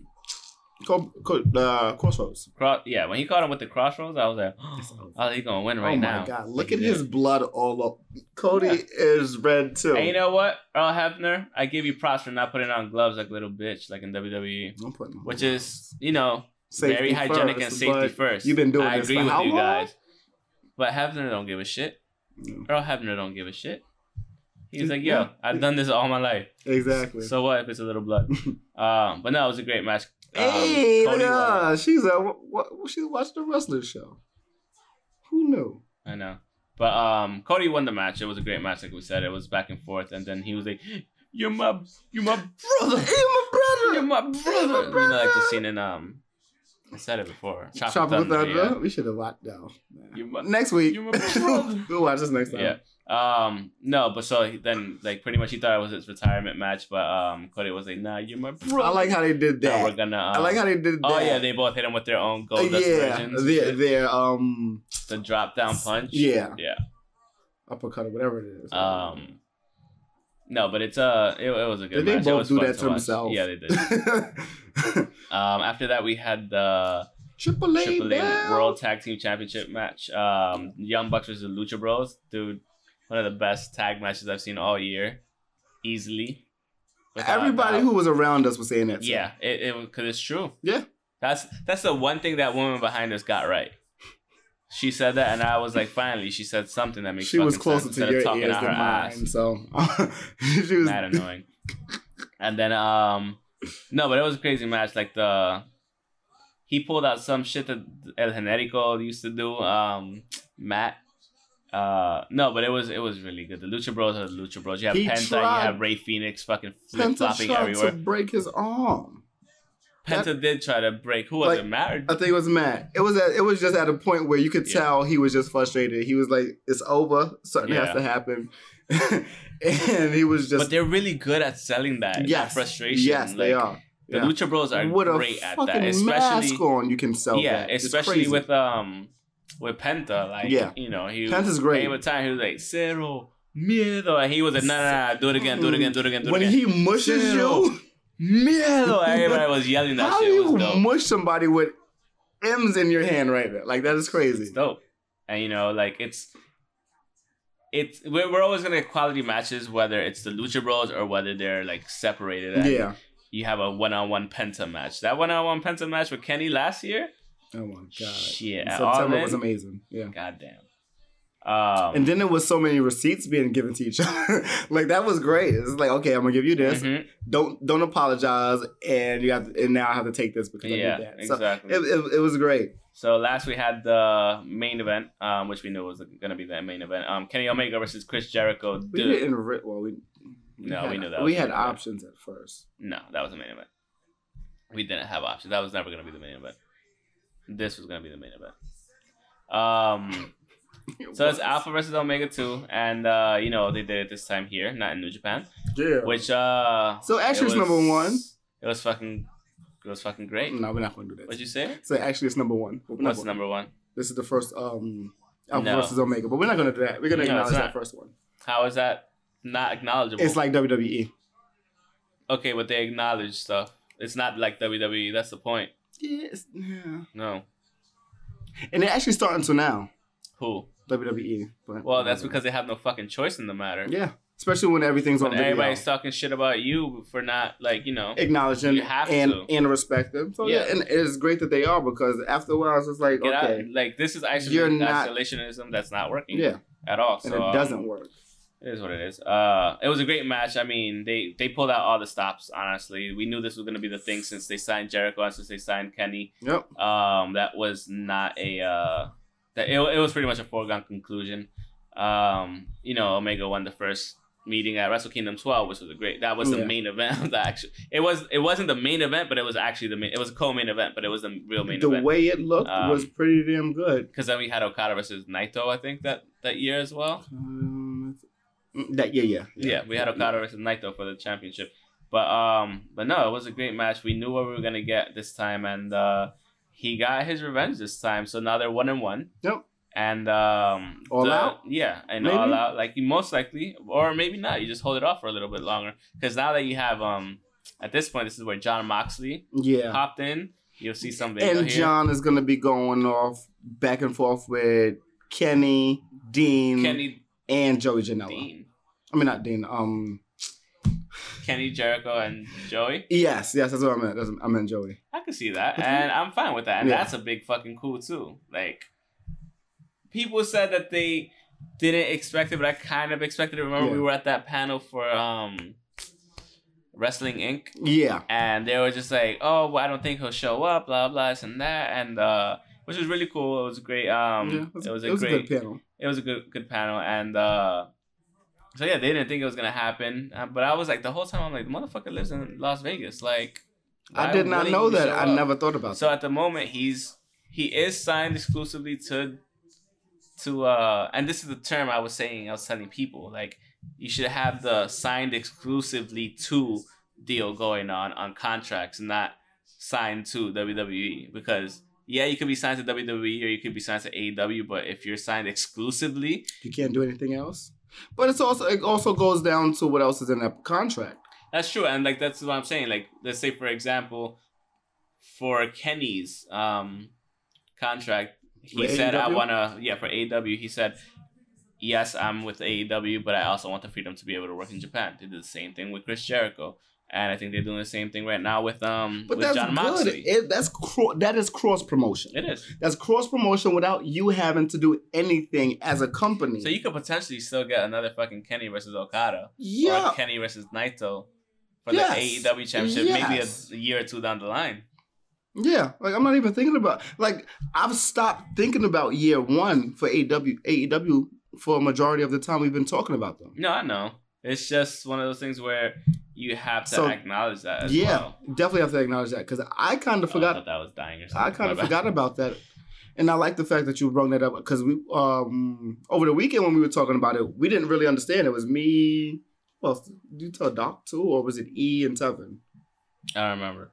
Speaker 2: co- co- uh, Crossroads.
Speaker 3: cross. Yeah, when he caught him with the crossroads, I was like, oh, he's gonna win right
Speaker 2: oh my
Speaker 3: now.
Speaker 2: god, look
Speaker 3: He
Speaker 2: at
Speaker 3: did.
Speaker 2: his blood all up. Cody
Speaker 3: Yeah.
Speaker 2: is red too.
Speaker 3: And you know what, Earl Hebner, I give you props for not putting on gloves like little bitch, like in WWE,
Speaker 2: I'm putting him
Speaker 3: which
Speaker 2: on.
Speaker 3: is you know very
Speaker 2: Safety
Speaker 3: hygienic and
Speaker 2: first,
Speaker 3: safety
Speaker 2: but
Speaker 3: first.
Speaker 2: You've been doing
Speaker 3: I
Speaker 2: this
Speaker 3: agree
Speaker 2: for
Speaker 3: with
Speaker 2: how
Speaker 3: you
Speaker 2: long?
Speaker 3: guys, but Hebner don't give a shit.
Speaker 2: No.
Speaker 3: Earl Hebner don't give a shit. He's
Speaker 2: Dude,
Speaker 3: like, yo,
Speaker 2: yeah.
Speaker 3: I've done this all my life.
Speaker 2: Exactly.
Speaker 3: So what if it's a little blood? um, but no, it was a great match. Um,
Speaker 2: hey, look
Speaker 3: Cody
Speaker 2: at
Speaker 3: won.
Speaker 2: her. she's a what, she's watched the wrestling show. Who knew?
Speaker 3: I know. But um, Cody won the match. It was a great match, like we said. It was back and forth, and then he was like, "You're my, you're my brother,
Speaker 2: Hey, my
Speaker 3: you're
Speaker 2: brother.
Speaker 3: my brother."
Speaker 2: brother.
Speaker 3: You know, like the scene in um, I said it before. Chocolate
Speaker 2: Chop with
Speaker 3: Thunder,
Speaker 2: that.
Speaker 3: yeah.
Speaker 2: We should have watched though.
Speaker 3: You're my-
Speaker 2: Next week,
Speaker 3: you're my brother.
Speaker 2: we'll watch this next time.
Speaker 3: Yeah. Um. No, but so then, like, pretty much, he thought it was his retirement match, but um, Cody was like, "Nah, you're my brother."
Speaker 2: I like how they did
Speaker 3: So we're
Speaker 2: that.
Speaker 3: gonna. Um,
Speaker 2: I like how they did that.
Speaker 3: Oh yeah, they both hit him with their own
Speaker 2: Uh,
Speaker 3: gold dust
Speaker 2: yeah,
Speaker 3: versions.
Speaker 2: their, their um
Speaker 3: the drop down punch.
Speaker 2: Yeah.
Speaker 3: Yeah.
Speaker 2: uppercut or whatever it is.
Speaker 3: Um. No, but it's uh, it, it was a good.
Speaker 2: Did they
Speaker 3: match. It
Speaker 2: both
Speaker 3: was
Speaker 2: do
Speaker 3: fun
Speaker 2: that to
Speaker 3: watch.
Speaker 2: themselves?
Speaker 3: Yeah, they did. um, after that we had the
Speaker 2: Triple A,
Speaker 3: Triple A
Speaker 2: down.
Speaker 3: World Tag Team Championship match. Um, Young Bucks versus the Lucha Bros. Dude, one of the best tag matches I've seen all year, easily. Without a
Speaker 2: Everybody
Speaker 3: doubt.
Speaker 2: who was around us was saying that. too.
Speaker 3: yeah, it it because it's true.
Speaker 2: Yeah.
Speaker 3: That's that's the one thing that woman behind us got right. She said that, and I was like, finally, she said something that makes.
Speaker 2: she was
Speaker 3: fucking
Speaker 2: closer
Speaker 3: sense
Speaker 2: to
Speaker 3: instead of
Speaker 2: your
Speaker 3: talking
Speaker 2: ears
Speaker 3: out
Speaker 2: than
Speaker 3: her
Speaker 2: mine,
Speaker 3: ass.
Speaker 2: so she was.
Speaker 3: Mad annoying. and then um, no, but it was a crazy match. Like the he pulled out some shit that El Generico used to do. Um, Matt. Uh no, but it was it was really good. The Lucha Bros are the Lucha Bros. You have
Speaker 2: He
Speaker 3: Penta,
Speaker 2: tried-
Speaker 3: you have Ray Phoenix fucking flip
Speaker 2: Penta
Speaker 3: flopping
Speaker 2: tried to
Speaker 3: everywhere.
Speaker 2: break his arm.
Speaker 3: Penta did try to break. Who was
Speaker 2: Like,
Speaker 3: it? Matt or
Speaker 2: I think it was Matt. It was at, it was just at a point where you could
Speaker 3: Yeah.
Speaker 2: tell he was just frustrated. He was like, "It's over. Something
Speaker 3: Yeah.
Speaker 2: has to happen," and he was
Speaker 3: but
Speaker 2: just
Speaker 3: they're really good at selling that. that
Speaker 2: yes,
Speaker 3: frustration.
Speaker 2: Yes, they
Speaker 3: Like,
Speaker 2: are.
Speaker 3: The
Speaker 2: Yeah.
Speaker 3: Lucha Bros are
Speaker 2: With a
Speaker 3: great at that,
Speaker 2: fucking
Speaker 3: especially
Speaker 2: mask on, you can sell.
Speaker 3: yeah,
Speaker 2: that. It's
Speaker 3: especially
Speaker 2: crazy.
Speaker 3: with um with Penta. Like
Speaker 2: Yeah.
Speaker 3: you know he
Speaker 2: Penta's great.
Speaker 3: Came a time he was like cero miedo, and he was like no no no do it again do it again do it again do it
Speaker 2: when
Speaker 3: again.
Speaker 2: he mushes
Speaker 3: Zero.
Speaker 2: you.
Speaker 3: miedo, everybody was yelling that
Speaker 2: How do
Speaker 3: shit. It
Speaker 2: you
Speaker 3: was dope.
Speaker 2: mush somebody with M's in your hand right there? Like that is
Speaker 3: It's
Speaker 2: crazy.
Speaker 3: dope. And you know, like it's it's we're, we're always gonna get quality matches, whether it's the Lucha Bros or whether they're like separated. And
Speaker 2: Yeah.
Speaker 3: You have a one-on-one Penta match. That one-on-one Penta match with Kenny last year.
Speaker 2: Oh my god.
Speaker 3: Shit, at all
Speaker 2: September
Speaker 3: in?
Speaker 2: was amazing. Yeah.
Speaker 3: Goddamn. Um,
Speaker 2: And then there was so many receipts being given to each other. like that was great. It's like, okay, I'm gonna give you this.
Speaker 3: mhm,
Speaker 2: Don't don't apologize, and you have to, and now I have to take this because I
Speaker 3: yeah,
Speaker 2: did that. So
Speaker 3: exactly.
Speaker 2: it, it, it was great.
Speaker 3: So last we had the main event, um, which we knew was going to be the main event. Um, Kenny Omega versus Chris Jericho.
Speaker 2: We
Speaker 3: Dude,
Speaker 2: didn't re- well we.
Speaker 3: No,
Speaker 2: had,
Speaker 3: we knew that
Speaker 2: We
Speaker 3: was
Speaker 2: had
Speaker 3: gonna be
Speaker 2: options at first.
Speaker 3: no, that was the main event. We didn't have options. That was never going to be the main event. This was going to be the main event. Um, so it's Alpha versus Omega two, and uh, you know they did it this time here, not in New Japan.
Speaker 2: Yeah.
Speaker 3: Which uh,
Speaker 2: so
Speaker 3: it
Speaker 2: actually, it's
Speaker 3: was-
Speaker 2: number one.
Speaker 3: It was fucking, it was fucking great.
Speaker 2: No, we're not gonna do that.
Speaker 3: What'd you say?
Speaker 2: So actually, it's number one. We're not
Speaker 3: What's
Speaker 2: gonna-
Speaker 3: number one?
Speaker 2: This is the first um Alpha
Speaker 3: No.
Speaker 2: versus Omega, but we're not gonna do that. We're gonna
Speaker 3: No, it's
Speaker 2: acknowledge
Speaker 3: not.
Speaker 2: that first one.
Speaker 3: How is that not acknowledgeable?
Speaker 2: It's like E. WWE.
Speaker 3: okay, but they acknowledge stuff. It's not like WWE. That's the point.
Speaker 2: Yeah, it's, yeah.
Speaker 3: No,
Speaker 2: And they're actually starting to now
Speaker 3: who?
Speaker 2: WWE. But
Speaker 3: Well, that's because they have no fucking choice in the matter.
Speaker 2: Mm-hmm. yeah, especially when everything's
Speaker 3: When
Speaker 2: on video.
Speaker 3: everybody's talking shit about you for not like you know.
Speaker 2: Acknowledging
Speaker 3: You have
Speaker 2: and
Speaker 3: to.
Speaker 2: and respect them. So yeah.
Speaker 3: Yeah.
Speaker 2: and it's great that they are because after a while it's just like
Speaker 3: Get
Speaker 2: okay,
Speaker 3: out. Like this is isolation,
Speaker 2: You're not-
Speaker 3: isolationism that's not working
Speaker 2: yeah,
Speaker 3: at all.
Speaker 2: and
Speaker 3: So
Speaker 2: it
Speaker 3: um,
Speaker 2: doesn't work.
Speaker 3: It is what it is. Uh, it was a great match. I mean, they they pulled out all the stops. Honestly, we knew this was gonna be the thing since they signed Jericho and since they signed Kenny.
Speaker 2: Yep.
Speaker 3: Um, that was not a uh, that it, it was pretty much a foregone conclusion. Um, you know, Omega won the first meeting at Wrestle Kingdom 12, which was a great. That was the
Speaker 2: Yeah.
Speaker 3: main event. Of the actual, it was it wasn't the main event, but it was actually the main. It was a co-main event, but it was the real main
Speaker 2: The
Speaker 3: event.
Speaker 2: way it looked
Speaker 3: Um,
Speaker 2: was pretty damn good.
Speaker 3: Because then we had Okada versus Naito, I think that that year as well.
Speaker 2: Um, that yeah yeah
Speaker 3: Yeah, we had Okada versus Naito for the championship. But um, but no, it was a great match. We knew what we were gonna get this time, and uh, he got his revenge this time. So now they're one and one.
Speaker 2: Yep.
Speaker 3: And um,
Speaker 2: All out?
Speaker 3: Yeah, and
Speaker 2: Maybe?
Speaker 3: all out. Like you most likely, or maybe not. You just hold it off for a little bit longer because now that you have um at this point, this is where John Moxley
Speaker 2: Yeah.
Speaker 3: popped in. You'll see something
Speaker 2: And
Speaker 3: here.
Speaker 2: John is gonna be going off back and forth with Kenny, Dean,
Speaker 3: Kenny
Speaker 2: and Joey Janela.
Speaker 3: Dean,
Speaker 2: I mean not Dean. Um
Speaker 3: Kenny Jericho, and Joey.
Speaker 2: yes, yes, that's what I meant. That's, I meant Joey.
Speaker 3: I can see that, and I'm fine with that. And
Speaker 2: Yeah.
Speaker 3: that's a big fucking cool too. Like, people said that they didn't expect it, but I kind of expected it. Remember, we
Speaker 2: Yeah.
Speaker 3: were at that panel for um, Wrestling Inc.
Speaker 2: Yeah.
Speaker 3: and they were just like, "Oh, well, I don't think he'll show up," blah blah, this and that, and uh, which was really cool. It was great. Um,
Speaker 2: yeah,
Speaker 3: it was a
Speaker 2: good
Speaker 3: great,
Speaker 2: panel.
Speaker 3: it was a good good panel, and uh, so yeah, they didn't think it was gonna happen, uh, but I was like the whole time, I'm like, the motherfucker lives in Las Vegas, like.
Speaker 2: I
Speaker 3: why
Speaker 2: did not
Speaker 3: wouldn't
Speaker 2: know
Speaker 3: he
Speaker 2: that.
Speaker 3: show
Speaker 2: I
Speaker 3: up?
Speaker 2: never thought about
Speaker 3: So at the moment, he's he is signed exclusively to to uh, and this is the term I was saying. I was telling people like you should have the signed exclusively to deal going on on contracts, not signed to WWE because. Yeah, you could be signed to WWE or you could be signed to AEW, but if you're signed exclusively,
Speaker 2: that. You can't do anything else. But it's also it also goes down to what else is in that contract.
Speaker 3: that's true. And like that's what I'm saying. Like, let's say for example, for Kenny's um contract, he
Speaker 2: With
Speaker 3: said, "I
Speaker 2: AEW?
Speaker 3: want to." Yeah, for AEW, he said, "Yes, I'm with AEW, but I also want the freedom to be able to work in Japan." They did the same thing with Chris Jericho, and I think they're doing the same thing right now with um
Speaker 2: But
Speaker 3: with
Speaker 2: that's
Speaker 3: John
Speaker 2: good.
Speaker 3: Moxley.
Speaker 2: It, that's cro- that is cross promotion.
Speaker 3: it is.
Speaker 2: That's cross promotion without you having to do anything as a company.
Speaker 3: So you could potentially still get another fucking Kenny versus Okada,
Speaker 2: yeah,
Speaker 3: or Kenny versus Naito for
Speaker 2: Yes.
Speaker 3: the AEW championship,
Speaker 2: Yes.
Speaker 3: maybe a, a year or two down the line.
Speaker 2: yeah. Like I'm not even thinking about. Like I've stopped thinking about year one for E AEW. AEW for a majority of the time we've been talking about them.
Speaker 3: No, I know. It's just one of those things where you have to
Speaker 2: So,
Speaker 3: acknowledge that. As
Speaker 2: yeah,
Speaker 3: well.
Speaker 2: definitely have to acknowledge that because I kind of
Speaker 3: Oh, I
Speaker 2: forgot.
Speaker 3: thought that was dying or something.
Speaker 2: I kind of
Speaker 3: My bad.
Speaker 2: forgot about that. And I like the fact that you brought that up because we um over the weekend when we were talking about it, we didn't really understand. It was me. Well, did you tell Doc too, or was it E and Tevin?
Speaker 3: I don't remember.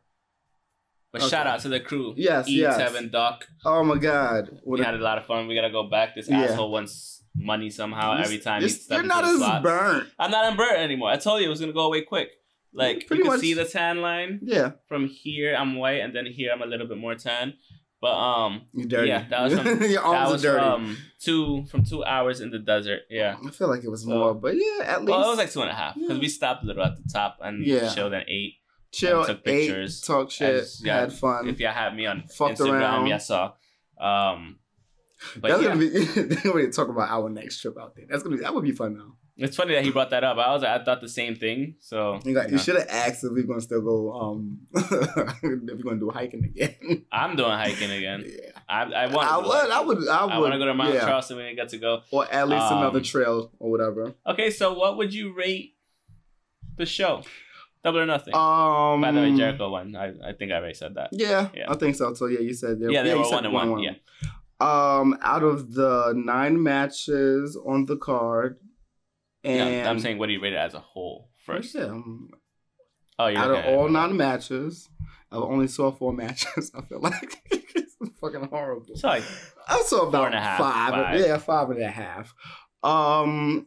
Speaker 3: But
Speaker 2: Okay.
Speaker 3: shout out to the crew.
Speaker 2: Yes,
Speaker 3: E
Speaker 2: yes.
Speaker 3: Seven Doc.
Speaker 2: Oh my God!
Speaker 3: We
Speaker 2: What a-
Speaker 3: had a lot of fun. We gotta go back. This
Speaker 2: Yeah.
Speaker 3: asshole wants money somehow
Speaker 2: This-
Speaker 3: every time
Speaker 2: this-
Speaker 3: he steps
Speaker 2: you're
Speaker 3: into
Speaker 2: not
Speaker 3: the
Speaker 2: as
Speaker 3: slots.
Speaker 2: burnt.
Speaker 3: I'm not in burnt anymore. I told you it was gonna go away quick. Like
Speaker 2: Pretty
Speaker 3: you can
Speaker 2: much.
Speaker 3: see the tan line
Speaker 2: Yeah,
Speaker 3: from here. I'm white, and then here I'm a little bit more tan. But um,
Speaker 2: you dirty.
Speaker 3: Yeah, that was some-
Speaker 2: your
Speaker 3: that
Speaker 2: arms
Speaker 3: was
Speaker 2: are dirty.
Speaker 3: from two from two hours in the desert. Yeah.
Speaker 2: I feel like it was
Speaker 3: So-
Speaker 2: more, but yeah, at least
Speaker 3: Well, it was like two and a half because
Speaker 2: Yeah.
Speaker 3: we stopped a little at the top and
Speaker 2: Yeah.
Speaker 3: chilled at eight.
Speaker 2: chill,
Speaker 3: took
Speaker 2: ate,
Speaker 3: pictures.
Speaker 2: talk shit,
Speaker 3: just- yeah,
Speaker 2: had fun.
Speaker 3: If y'all had me on
Speaker 2: Fucked
Speaker 3: Instagram,
Speaker 2: around.
Speaker 3: y'all saw. Um, but
Speaker 2: That's
Speaker 3: yeah,
Speaker 2: gonna be. they're gonna be talking about our next trip out there. That's gonna be that would be fun now.
Speaker 3: it's funny that he brought that up. I was I thought the same thing. So
Speaker 2: You, got,
Speaker 3: you
Speaker 2: you
Speaker 3: know,
Speaker 2: should have asked if we're gonna still go. Um, if we're gonna do hiking again.
Speaker 3: I'm doing hiking again.
Speaker 2: yeah,
Speaker 3: I I want.
Speaker 2: I would, I would, I would.
Speaker 3: I want to go to Mount
Speaker 2: yeah.
Speaker 3: Charleston. We didn't get to go.
Speaker 2: or at least
Speaker 3: Um,
Speaker 2: another trail or whatever.
Speaker 3: Okay, so what would you rate the show? Double or nothing.
Speaker 2: Um,
Speaker 3: By the way, Jericho won. I, I think I already said that.
Speaker 2: Yeah,
Speaker 3: Yeah.
Speaker 2: I think so. So yeah, you said
Speaker 3: Yeah, they
Speaker 2: you
Speaker 3: were
Speaker 2: said
Speaker 3: one and one, yeah.
Speaker 2: Um, out of the nine matches on the card, and
Speaker 3: yeah, I'm saying what do you rate it as a whole first?
Speaker 2: Yeah, um,
Speaker 3: Oh, you're
Speaker 2: out
Speaker 3: looking
Speaker 2: of
Speaker 3: at it.
Speaker 2: all nine matches, I only saw four matches. I feel like it's fucking horrible.
Speaker 3: It's like
Speaker 2: I saw about
Speaker 3: and a half,
Speaker 2: five,
Speaker 3: five.
Speaker 2: Yeah, five and a half. Um,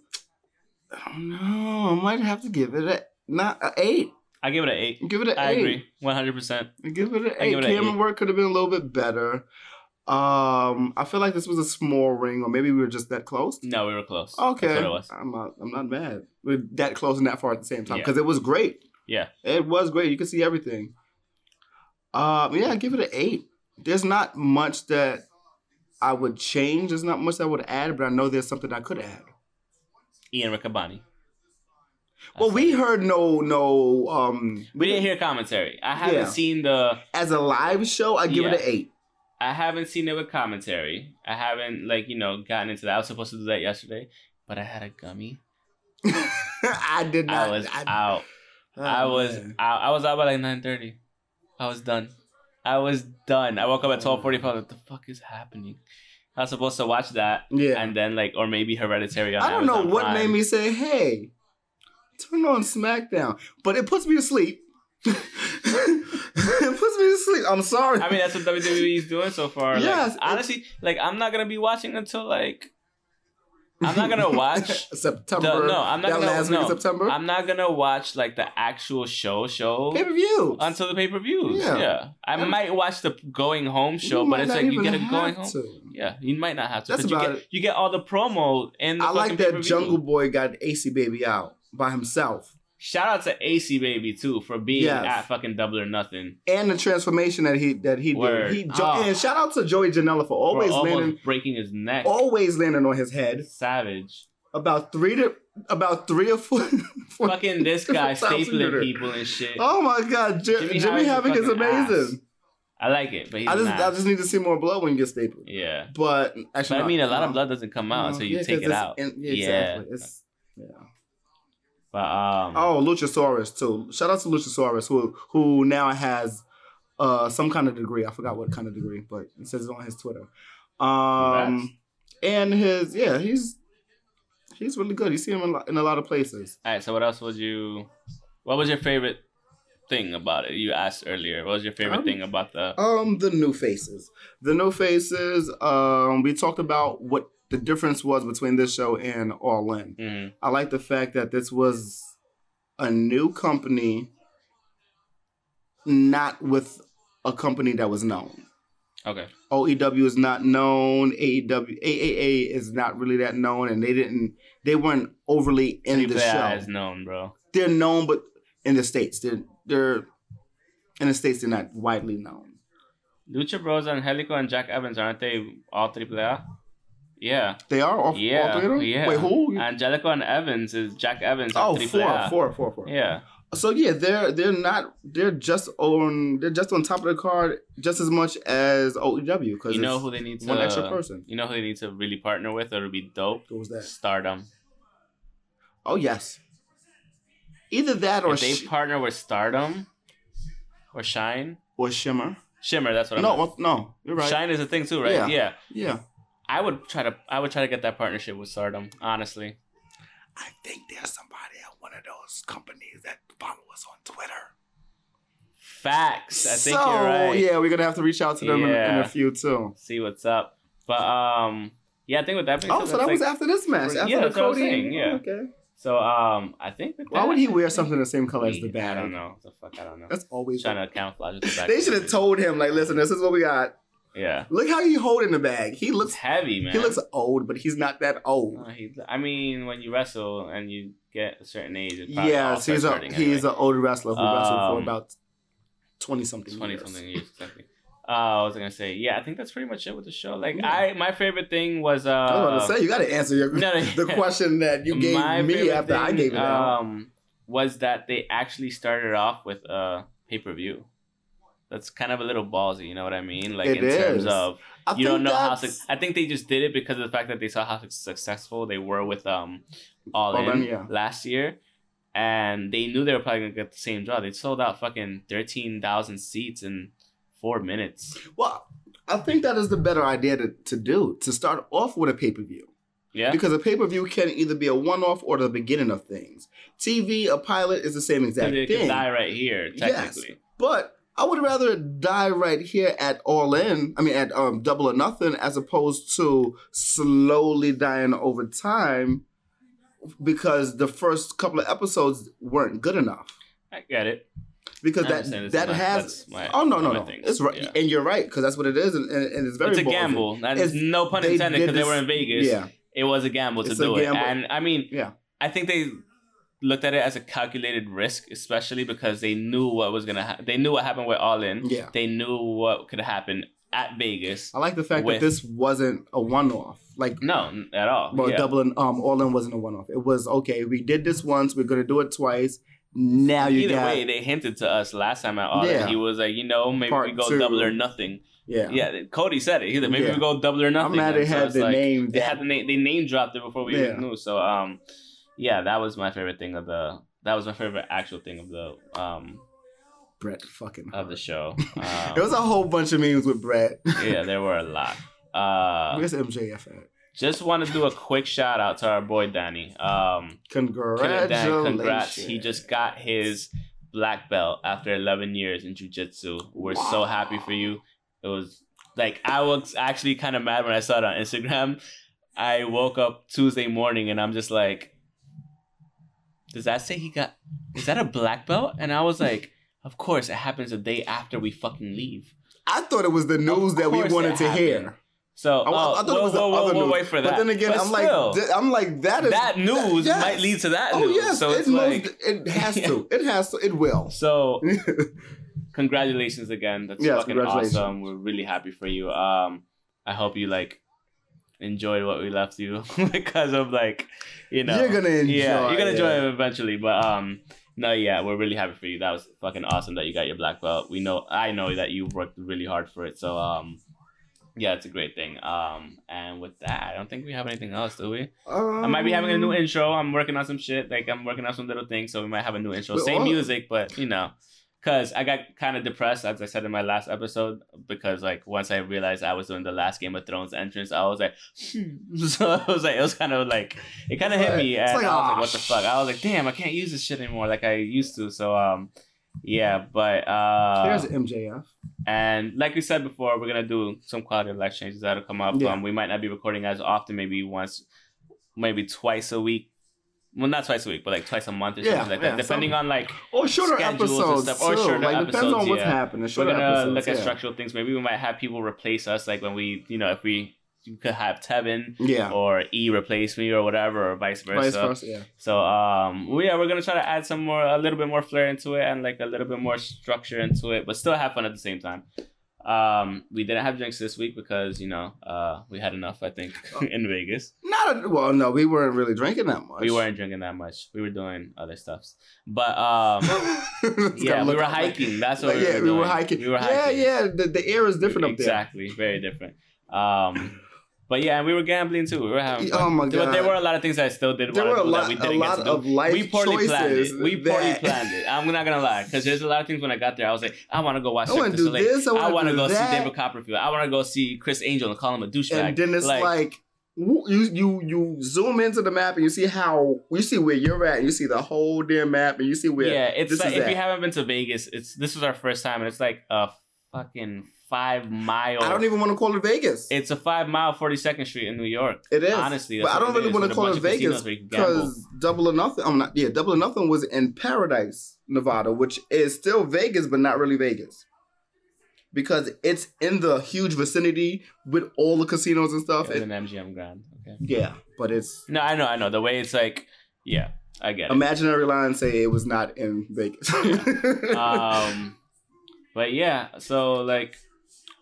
Speaker 2: I don't know. I might have to give it a not a eight.
Speaker 3: I give it an eight.
Speaker 2: Give it an
Speaker 3: I
Speaker 2: eight.
Speaker 3: agree, 100. percent
Speaker 2: Give it an
Speaker 3: I
Speaker 2: eight.
Speaker 3: give it an
Speaker 2: Camera
Speaker 3: eight.
Speaker 2: work could have been a little bit better. Um, I feel like this was a small ring, or maybe we were just that close.
Speaker 3: No, we were close.
Speaker 2: Okay,
Speaker 3: That's what it was.
Speaker 2: I'm not. I'm not mad. We're that close and that far at the same time
Speaker 3: Yeah.
Speaker 2: because it was great.
Speaker 3: Yeah.
Speaker 2: it was great. You could see everything. Um, yeah, I give it an eight. There's not much that I would change. There's not much that I would add, but I know there's something I could add.
Speaker 3: Ian Riccaboni.
Speaker 2: Well,
Speaker 3: That's
Speaker 2: we
Speaker 3: it.
Speaker 2: heard no, no. Um,
Speaker 3: we didn't hear commentary. I haven't
Speaker 2: Yeah.
Speaker 3: seen the.
Speaker 2: as a live show. I give it
Speaker 3: Yeah.
Speaker 2: an eight.
Speaker 3: I haven't seen it with commentary. I haven't like you know gotten into that. I was supposed to do that yesterday, but I had a gummy.
Speaker 2: I did not.
Speaker 3: I was out. I
Speaker 2: oh,
Speaker 3: was
Speaker 2: man.
Speaker 3: out. I was out by like 9:30. I was done. I was done. I woke up at
Speaker 2: Oh.
Speaker 3: 12:45. Like, the fuck is happening? I was supposed to watch that
Speaker 2: Yeah.
Speaker 3: and then like or maybe Hereditary. On
Speaker 2: I don't know
Speaker 3: Amazon
Speaker 2: what
Speaker 3: Prime.
Speaker 2: made me say, "Hey, turn on SmackDown," but it puts me to sleep. it puts me to sleep. I'm sorry.
Speaker 3: I mean, that's what WWE is doing so far.
Speaker 2: Yes,
Speaker 3: like,
Speaker 2: it-
Speaker 3: honestly, like I'm not gonna be watching until like I'm not gonna watch.
Speaker 2: September.
Speaker 3: the, no, I'm not
Speaker 2: that
Speaker 3: gonna
Speaker 2: last
Speaker 3: no,
Speaker 2: week of September.
Speaker 3: I'm not gonna watch like the actual show show
Speaker 2: Pay per view.
Speaker 3: until the pay per views.
Speaker 2: Yeah.
Speaker 3: Yeah. I
Speaker 2: And-
Speaker 3: might watch the going home show, but it's like you get a going home. Yeah, you might not have to.
Speaker 2: That's
Speaker 3: but you
Speaker 2: about
Speaker 3: get
Speaker 2: it.
Speaker 3: you get all the promo and the
Speaker 2: I like
Speaker 3: fucking
Speaker 2: that
Speaker 3: pay-per-view.
Speaker 2: Jungle Boy got AC Baby out by himself,
Speaker 3: Shout out to AC Baby too for being
Speaker 2: Yes.
Speaker 3: at fucking Double or Nothing.
Speaker 2: and the transformation that he that he
Speaker 3: Word.
Speaker 2: did. He jo-
Speaker 3: Ah.
Speaker 2: and shout out to Joey Janela for
Speaker 3: for
Speaker 2: always
Speaker 3: almost
Speaker 2: landing,
Speaker 3: breaking his neck.
Speaker 2: always landing on his head.
Speaker 3: Savage.
Speaker 2: About three to about three or four. four-
Speaker 3: Fucking this guy
Speaker 2: Thompson did
Speaker 3: stapling
Speaker 2: it.
Speaker 3: people and shit.
Speaker 2: Oh my God, J- Jimmy,
Speaker 3: Jimmy Howard's
Speaker 2: Havoc is
Speaker 3: a fucking
Speaker 2: amazing.
Speaker 3: I like it, but he's
Speaker 2: I just
Speaker 3: not.
Speaker 2: I just need to see more blood when you get stapled.
Speaker 3: yeah.
Speaker 2: But
Speaker 3: But
Speaker 2: actually,
Speaker 3: I
Speaker 2: no,
Speaker 3: mean, a lot of
Speaker 2: no.
Speaker 3: blood doesn't come out,
Speaker 2: No,
Speaker 3: so you
Speaker 2: yeah,
Speaker 3: take
Speaker 2: 'cause
Speaker 3: it
Speaker 2: it's
Speaker 3: out.
Speaker 2: in- yeah,
Speaker 3: yeah.
Speaker 2: exactly. It's, yeah.
Speaker 3: But um,
Speaker 2: Oh, Luchasaurus too. Shout out to Luchasaurus who who now has uh some kind of degree. I forgot what kind of degree, but it says it on his Twitter. Um and his yeah, he's he's really good. You see him in, lo- in a lot of places.
Speaker 3: all right. So what else would you? What was your favorite thing about it? You asked earlier. What was your favorite
Speaker 2: Um,
Speaker 3: thing about the?
Speaker 2: Um the new faces. The new faces um we talked about what the difference was between this show and All In.
Speaker 3: Mhm.
Speaker 2: I like the fact that this was a new company not with a company that was known.
Speaker 3: Okay.
Speaker 2: OEW is not known. E AEW, AAA is not really that known, and they didn't, they weren't overly in the
Speaker 3: Triple A
Speaker 2: show.
Speaker 3: is known, bro.
Speaker 2: They're known, but in the states, they're they're in the states they're not widely known.
Speaker 3: Lucha Bros, Angelico, and Jack Evans aren't they all triple A? Yeah.
Speaker 2: They are all, all
Speaker 3: Yeah,
Speaker 2: three of them.
Speaker 3: yeah.
Speaker 2: Wait, who?
Speaker 3: Angelico and Evans is Jack Evans.
Speaker 2: Mm. Oh,
Speaker 3: at triple
Speaker 2: four,
Speaker 3: A.
Speaker 2: four, four, four.
Speaker 3: Yeah.
Speaker 2: So yeah, they're they're not they're just on they're just on top of the card just as much as E OEW because
Speaker 3: You know who uh, they need to.
Speaker 2: one extra person.
Speaker 3: You know who they need to really partner with, or it'll be dope.
Speaker 2: Who was that?
Speaker 3: Stardom.
Speaker 2: Oh yes, either that or
Speaker 3: if they
Speaker 2: Sh-
Speaker 3: partner with Stardom or Shine,
Speaker 2: or Shimmer.
Speaker 3: Shimmer. That's what I'm.
Speaker 2: No, uh, no, you're right.
Speaker 3: Shine is a thing too, right?
Speaker 2: Yeah.
Speaker 3: Yeah.
Speaker 2: Yeah.
Speaker 3: I would try to. I would try to get that partnership with Stardom. Honestly,
Speaker 2: I think there's somebody at one of those companies that follow us on Twitter.
Speaker 3: facts. I think you're right.
Speaker 2: yeah, we're gonna have to reach out to them in- in, a
Speaker 3: Yeah.
Speaker 2: few too.
Speaker 3: See what's up, but um, yeah. I think with that being
Speaker 2: Oh,
Speaker 3: said,
Speaker 2: so that
Speaker 3: that's
Speaker 2: was
Speaker 3: like-
Speaker 2: after this match, after
Speaker 3: Yeah,
Speaker 2: the
Speaker 3: that's what I was
Speaker 2: Cody. Oh,
Speaker 3: saying, yeah.
Speaker 2: Okay.
Speaker 3: so. Um, I think. With
Speaker 2: Why
Speaker 3: that,
Speaker 2: would he wear something the same color as the
Speaker 3: I
Speaker 2: bag?
Speaker 3: don't know. The fuck, I don't know.
Speaker 2: That's always.
Speaker 3: trying to camouflage it. back.
Speaker 2: They should have told him like, listen, this is what we got.
Speaker 3: Yeah,
Speaker 2: Look how he holding the bag. He
Speaker 3: it's
Speaker 2: looks.
Speaker 3: heavy, man.
Speaker 2: He looks old, but he's not that old.
Speaker 3: Uh, he- I mean, when you wrestle and you get a certain age, it probably all
Speaker 2: Yes,
Speaker 3: starts
Speaker 2: he's a
Speaker 3: hurting anyway.
Speaker 2: he's an old wrestler who wrestled for
Speaker 3: Um,
Speaker 2: about twenty something.
Speaker 3: twenty
Speaker 2: years.
Speaker 3: something years exactly. Uh, I was gonna say, yeah, I think that's pretty much it with the show. Like, I my favorite thing was uh,
Speaker 2: I was about to say you got to answer your,
Speaker 3: no, no.
Speaker 2: the question that you gave
Speaker 3: My
Speaker 2: me
Speaker 3: favorite
Speaker 2: after I
Speaker 3: thing,
Speaker 2: gave it out.
Speaker 3: Um, was that they actually started off with a pay per view? That's kind of a little ballsy, you know what I mean? Like
Speaker 2: It
Speaker 3: in terms
Speaker 2: is.
Speaker 3: of
Speaker 2: I
Speaker 3: you don't
Speaker 2: think
Speaker 3: know how.
Speaker 2: that's-
Speaker 3: Su- I think they just did it because of the fact that they saw how su- successful they were with um, All,
Speaker 2: All
Speaker 3: in,
Speaker 2: In, yeah.
Speaker 3: last year, and they knew they were probably gonna get the same draw. They sold out fucking thirteen thousand seats in four minutes.
Speaker 2: Well, I think that is the better idea to, to do to start off with a pay per view
Speaker 3: Yeah,
Speaker 2: because a pay per view can either be a one off or the beginning of things. TV, a pilot is the same exact
Speaker 3: they could
Speaker 2: thing.
Speaker 3: die right here
Speaker 2: Yes,
Speaker 3: technically.
Speaker 2: but I would rather die right here at All In. I mean, at um, Double or Nothing, as opposed to slowly dying over time because the first couple of episodes weren't good enough.
Speaker 3: I get it.
Speaker 2: Because
Speaker 3: I understand
Speaker 2: that
Speaker 3: this
Speaker 2: that
Speaker 3: is my-
Speaker 2: has
Speaker 3: that's my-
Speaker 2: oh no no
Speaker 3: my
Speaker 2: no
Speaker 3: thing.
Speaker 2: it's right
Speaker 3: Yeah.
Speaker 2: and you're right because that's what it is and, and, and it's very
Speaker 3: it's a
Speaker 2: ballsy.
Speaker 3: gamble. That
Speaker 2: It's-
Speaker 3: is no pun
Speaker 2: they
Speaker 3: intended
Speaker 2: did
Speaker 3: because they
Speaker 2: this-
Speaker 3: were in Vegas.
Speaker 2: Yeah,
Speaker 3: It was a gamble to
Speaker 2: It's a
Speaker 3: do
Speaker 2: gamble.
Speaker 3: it. And I mean,
Speaker 2: Yeah.
Speaker 3: I think they looked at it as a calculated risk, especially because they knew what was gonna. happen. they knew what happened with All In.
Speaker 2: Yeah.
Speaker 3: They knew what could happen at Vegas.
Speaker 2: I like the fact
Speaker 3: With-
Speaker 2: that this wasn't a one off. Like
Speaker 3: No, n- at all.
Speaker 2: Well,
Speaker 3: yeah.
Speaker 2: doubling um all in wasn't a one off. It was okay. We did this once. We're gonna do it twice. Now you
Speaker 3: Either
Speaker 2: got
Speaker 3: way, they hinted to us last time at All
Speaker 2: Yeah.
Speaker 3: In. He was like, you know, maybe
Speaker 2: Part
Speaker 3: we go
Speaker 2: two.
Speaker 3: double or nothing.
Speaker 2: yeah.
Speaker 3: Yeah. Cody said it. He's like, maybe
Speaker 2: Yeah.
Speaker 3: we go double or
Speaker 2: I'm
Speaker 3: nothing.
Speaker 2: mad
Speaker 3: And
Speaker 2: it
Speaker 3: so
Speaker 2: had
Speaker 3: it's
Speaker 2: the
Speaker 3: like-
Speaker 2: name
Speaker 3: they
Speaker 2: that.
Speaker 3: had the name they name dropped it before we
Speaker 2: Yeah.
Speaker 3: even knew. So um yeah, that was my favorite thing of the that was my favorite actual thing of the um
Speaker 2: Brett fucking.
Speaker 3: of the show. Um,
Speaker 2: There was a whole bunch of memes with Brett.
Speaker 3: yeah, there were a lot.
Speaker 2: I
Speaker 3: Uh
Speaker 2: guess MJF at?
Speaker 3: just want to do a quick shout out to our boy Danny. Um Killer Dan,
Speaker 2: Congratulations.
Speaker 3: congrats. He just got his black belt after 11 years in jiu-jitsu. We're so
Speaker 2: Wow.
Speaker 3: happy for you. It was like I was actually kind of mad when I saw it on Instagram. I woke up Tuesday morning and I'm just like, does that say he got? Is that a black belt? And I was like, of course, it happens the day after we fucking leave.
Speaker 2: I thought it was the news that we
Speaker 3: course
Speaker 2: wanted
Speaker 3: it
Speaker 2: to hear.
Speaker 3: happened. So
Speaker 2: I, I
Speaker 3: oh,
Speaker 2: thought it
Speaker 3: we'll-
Speaker 2: was the
Speaker 3: we'll-
Speaker 2: other
Speaker 3: we'll
Speaker 2: news.
Speaker 3: wait for that.
Speaker 2: But then again,
Speaker 3: But
Speaker 2: I'm
Speaker 3: still,
Speaker 2: like, th- I'm like that is
Speaker 3: that news
Speaker 2: yes.
Speaker 3: might lead to that
Speaker 2: Oh
Speaker 3: news.
Speaker 2: yes,
Speaker 3: so
Speaker 2: it
Speaker 3: it's
Speaker 2: most,
Speaker 3: like,
Speaker 2: it has to. It has to. It will.
Speaker 3: So, congratulations again. That's
Speaker 2: Yes,
Speaker 3: fucking
Speaker 2: congratulations.
Speaker 3: awesome. We're really happy for you. Um, I hope you like enjoyed what we left you because of like, you know,
Speaker 2: You're gonna enjoy.
Speaker 3: yeah, you're gonna
Speaker 2: it.
Speaker 3: enjoy it eventually. But um, no, yeah, we're really happy for you. That was fucking awesome that you got your black belt. We know, I know that you worked really hard for it. So um. Yeah, it's a great thing. Um, and with that, I don't think we have anything else, do we? I might be having a new
Speaker 2: Um,
Speaker 3: intro. I'm working on some shit. Like I'm working on some little things, so we might have a new intro.
Speaker 2: But
Speaker 3: Same
Speaker 2: all-
Speaker 3: music, but you know, because I got kind of depressed as I said in my last episode because like once I realized I was doing the last Game of Thrones entrance, I was like, hmm. so I was like, it was kind of like it kind of hit me,
Speaker 2: It's
Speaker 3: and
Speaker 2: like,
Speaker 3: I was
Speaker 2: "Ah,
Speaker 3: like, what the fuck? I was like, damn, I can't use this shit anymore like I used to. So um, yeah, but uh,
Speaker 2: There's MJF.
Speaker 3: and like we said before, we're gonna do some quality of life changes that'll come up.
Speaker 2: Yeah.
Speaker 3: Um, we might not be recording as often, maybe once, maybe twice a week. Well, not twice a week, but like twice a month or
Speaker 2: Yeah,
Speaker 3: something like that.
Speaker 2: yeah,
Speaker 3: Depending on like,
Speaker 2: Or shorter
Speaker 3: Schedules and
Speaker 2: episodes.
Speaker 3: stuff, or
Speaker 2: too.
Speaker 3: shorter
Speaker 2: like depends on
Speaker 3: episodes,
Speaker 2: what's
Speaker 3: yeah.
Speaker 2: happening.
Speaker 3: we're
Speaker 2: Shorter
Speaker 3: gonna
Speaker 2: episodes.
Speaker 3: look at
Speaker 2: yeah.
Speaker 3: structural things. Maybe we might have people replace us, like when we, you know, if we you could have Tevin
Speaker 2: Yeah.
Speaker 3: or E replace me or whatever, or vice versa.
Speaker 2: Vice versa. Yeah.
Speaker 3: So um, well, yeah, we're gonna try to add some more, a little bit more flair into it, and like a little bit more structure into it, but still have fun at the same time. Um, we didn't have drinks this week because you know uh, we had enough, I think,
Speaker 2: Oh.
Speaker 3: in Vegas.
Speaker 2: Not a, well. No, we weren't really drinking that much.
Speaker 3: We weren't drinking that much. We were doing other stuffs, but um,
Speaker 2: It's
Speaker 3: yeah,
Speaker 2: gonna
Speaker 3: we
Speaker 2: look
Speaker 3: were
Speaker 2: like-
Speaker 3: hiking. That's what
Speaker 2: like,
Speaker 3: we,
Speaker 2: yeah,
Speaker 3: were
Speaker 2: we were
Speaker 3: doing.
Speaker 2: hiking.
Speaker 3: We were
Speaker 2: Yeah,
Speaker 3: hiking.
Speaker 2: yeah. The, the air is different up there.
Speaker 3: exactly, very different. Um, but yeah, and we were gambling too. We were having. Fun.
Speaker 2: Oh my
Speaker 3: But
Speaker 2: god.
Speaker 3: there were a lot of things I still did.
Speaker 2: There
Speaker 3: wanna
Speaker 2: were a
Speaker 3: do that
Speaker 2: lot,
Speaker 3: we
Speaker 2: a
Speaker 3: didn't get
Speaker 2: lot
Speaker 3: to do.
Speaker 2: of life
Speaker 3: we poorly
Speaker 2: choices.
Speaker 3: planned it. We poorly
Speaker 2: that-
Speaker 3: planned it. I'm not gonna lie, because there's a lot of things when I got there, I was like, I want to go watch.
Speaker 2: I
Speaker 3: Cirque
Speaker 2: want to
Speaker 3: du
Speaker 2: do
Speaker 3: Soleil.
Speaker 2: this. I
Speaker 3: I
Speaker 2: want
Speaker 3: want
Speaker 2: to
Speaker 3: to go
Speaker 2: that.
Speaker 3: see David Copperfield. I want to go see Chris Angel and call him a douchebag.
Speaker 2: and then it's like, w- you you you zoom into the map and you see how you see where you're at. You see the whole damn map and you see where.
Speaker 3: yeah, it's
Speaker 2: this
Speaker 3: like,
Speaker 2: is
Speaker 3: if you
Speaker 2: at.
Speaker 3: haven't been to Vegas, it's this was our first time, and it's like a fucking five mile.
Speaker 2: I don't even want to call it Vegas.
Speaker 3: it's a five mile, forty second Street in New York.
Speaker 2: it is
Speaker 3: Honestly,
Speaker 2: but
Speaker 3: that's
Speaker 2: I
Speaker 3: what
Speaker 2: don't really
Speaker 3: is,
Speaker 2: want
Speaker 3: with
Speaker 2: to
Speaker 3: a
Speaker 2: call
Speaker 3: bunch
Speaker 2: it
Speaker 3: of casinos
Speaker 2: Vegas
Speaker 3: where you can gamble.
Speaker 2: because Double or Nothing. I'm not. Yeah, Double or Nothing was in Paradise, Nevada, which is still Vegas, but not really Vegas. Because it's in the huge vicinity with all the casinos and
Speaker 3: It
Speaker 2: stuff.
Speaker 3: was
Speaker 2: It-
Speaker 3: an MGM Grand. Okay.
Speaker 2: yeah, but it's
Speaker 3: No, I know, I know. The way it's like, yeah, I get it.
Speaker 2: imaginary line say it was not in Vegas.
Speaker 3: um, but yeah, so like,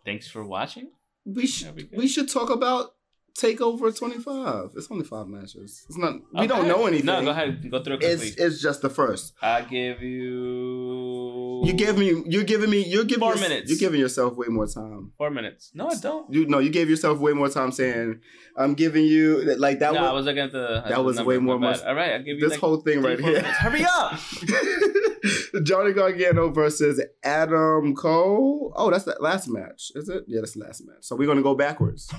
Speaker 3: thanks for watching.
Speaker 2: we should
Speaker 3: That'd be good.
Speaker 2: we should talk about Takeover 25. It's only five matches. It's not. We don't
Speaker 3: Okay.
Speaker 2: know anything.
Speaker 3: No, go ahead, go through it
Speaker 2: It's
Speaker 3: quickly.
Speaker 2: it's just the first.
Speaker 3: I give you.
Speaker 2: You gave me. You're giving me. You're giving
Speaker 3: Four
Speaker 2: yours-
Speaker 3: minutes.
Speaker 2: You're giving yourself way more time.
Speaker 3: four minutes. No, I don't.
Speaker 2: You no. You gave yourself way more time saying, "I'm giving you that- like that."
Speaker 3: no,
Speaker 2: was,
Speaker 3: I was looking at the.
Speaker 2: that was way more
Speaker 3: much.
Speaker 2: must-
Speaker 3: All right, I give you
Speaker 2: this
Speaker 3: like
Speaker 2: whole thing
Speaker 3: three,
Speaker 2: right
Speaker 3: four
Speaker 2: here.
Speaker 3: minutes. Hurry up!
Speaker 2: Johnny Gargano versus Adam Cole. Oh, that's that last match, is it? Yeah, that's the last match. So we're gonna go backwards.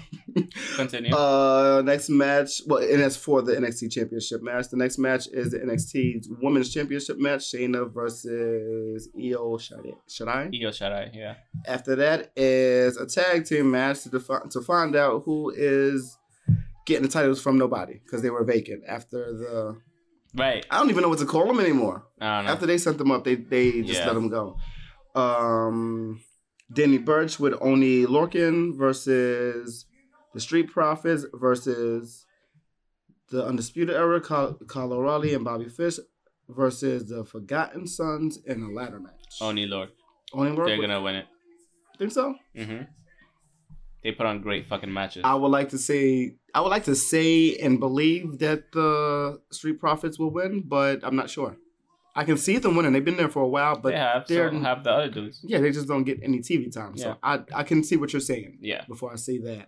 Speaker 3: Continue.
Speaker 2: Uh, next match. Well, and that's for the NXT Championship match. The next match is the NXT Women's Championship match. Shayna versus Io Shirai. Shirai.
Speaker 3: Io Shirai, yeah.
Speaker 2: After that is a tag team match to defi- to find out who is getting the titles from nobody because they were vacant after the.
Speaker 3: Right.
Speaker 2: I don't even know what to call them anymore.
Speaker 3: I don't know.
Speaker 2: After they sent them up, they they
Speaker 3: Uh-huh.
Speaker 2: just
Speaker 3: Yeah.
Speaker 2: let them go. Um, Danny Birch with Oni Lorkin versus the Street Profits versus the Undisputed Era, Kyle Kyle O'Reilly and Bobby Fish versus the Forgotten Sons in a ladder match.
Speaker 3: Oni Lord.
Speaker 2: Oni
Speaker 3: Oh, They're
Speaker 2: Lorkin,
Speaker 3: gonna win it.
Speaker 2: think so?
Speaker 3: hmm They put on great fucking matches.
Speaker 2: I would like to say I would like to say and believe that the Street Profits will win, but I'm not sure. I can see them winning. They've been there for a while, but
Speaker 3: they have.
Speaker 2: they're-
Speaker 3: Some have the other dudes.
Speaker 2: Yeah, they just don't get any TV time.
Speaker 3: Yeah.
Speaker 2: So I I can see what you're saying
Speaker 3: Yeah.
Speaker 2: before I say that.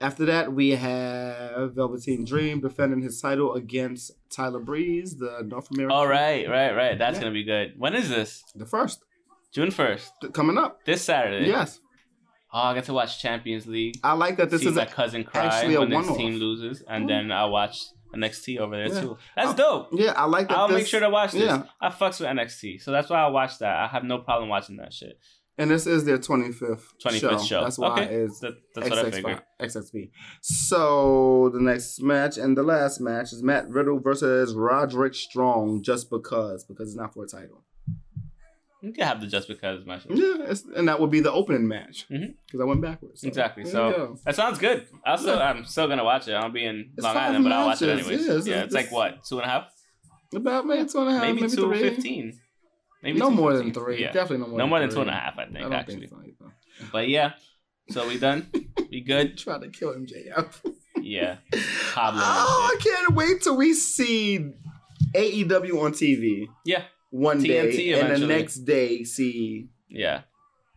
Speaker 2: After that, we have Velveteen Dream defending his title against Tyler Breeze, the North American.
Speaker 3: All right, right, right. That's
Speaker 2: Yeah.
Speaker 3: gonna be good. When is this?
Speaker 2: The first
Speaker 3: June first.
Speaker 2: th- coming up.
Speaker 3: This Saturday.
Speaker 2: Yes.
Speaker 3: Oh, I get to watch Champions League.
Speaker 2: I like that this
Speaker 3: see
Speaker 2: is
Speaker 3: my
Speaker 2: a,
Speaker 3: cousin cry
Speaker 2: actually a
Speaker 3: when his
Speaker 2: one-off.
Speaker 3: team loses, and
Speaker 2: Mm.
Speaker 3: then I watch NXT over there
Speaker 2: Yeah.
Speaker 3: too. That's
Speaker 2: I'll-
Speaker 3: dope.
Speaker 2: Yeah, I like that
Speaker 3: I'll
Speaker 2: this
Speaker 3: make sure to watch this.
Speaker 2: yeah.
Speaker 3: I fucks with NXT, so that's why I watch that. I have no problem watching that shit.
Speaker 2: And this is their 25th,
Speaker 3: 25th show.
Speaker 2: That's why
Speaker 3: Okay.
Speaker 2: it's
Speaker 3: That, that's what I
Speaker 2: XX,
Speaker 3: figured.
Speaker 2: XXP. So the next match and the last match is Matt Riddle versus Roderick Strong just because, because it's not for a title.
Speaker 3: You can have the just because match.
Speaker 2: Yeah, it's, and that would be the opening match because
Speaker 3: Mhm.
Speaker 2: I went backwards. So
Speaker 3: Exactly,
Speaker 2: there you
Speaker 3: so-
Speaker 2: go.
Speaker 3: That sounds good. Also,
Speaker 2: Yeah.
Speaker 3: I'm still gonna watch it. I'll be in
Speaker 2: It's
Speaker 3: Long
Speaker 2: five
Speaker 3: Island, but I'll watch it
Speaker 2: matches,
Speaker 3: anyways.
Speaker 2: yeah,
Speaker 3: Yeah,
Speaker 2: it's-
Speaker 3: it's, like
Speaker 2: it's-
Speaker 3: what two and a half,
Speaker 2: about maybe two and a half,
Speaker 3: maybe,
Speaker 2: maybe,
Speaker 3: two
Speaker 2: three.
Speaker 3: fifteen, maybe
Speaker 2: no
Speaker 3: two
Speaker 2: more than
Speaker 3: 15.
Speaker 2: three.
Speaker 3: Yeah.
Speaker 2: Definitely no more.
Speaker 3: no
Speaker 2: than
Speaker 3: more than
Speaker 2: three.
Speaker 3: two and a half, I think
Speaker 2: I don't
Speaker 3: actually.
Speaker 2: think so. either.
Speaker 3: But yeah, so we done. We
Speaker 2: They
Speaker 3: good.
Speaker 2: Try to kill MJF.
Speaker 3: Yeah, Pablo. and
Speaker 2: oh, I
Speaker 3: shit.
Speaker 2: can't wait till we see AEW on TV
Speaker 3: Yeah,
Speaker 2: one day,
Speaker 3: TNT
Speaker 2: and the
Speaker 3: eventually.
Speaker 2: next day see.
Speaker 3: yeah.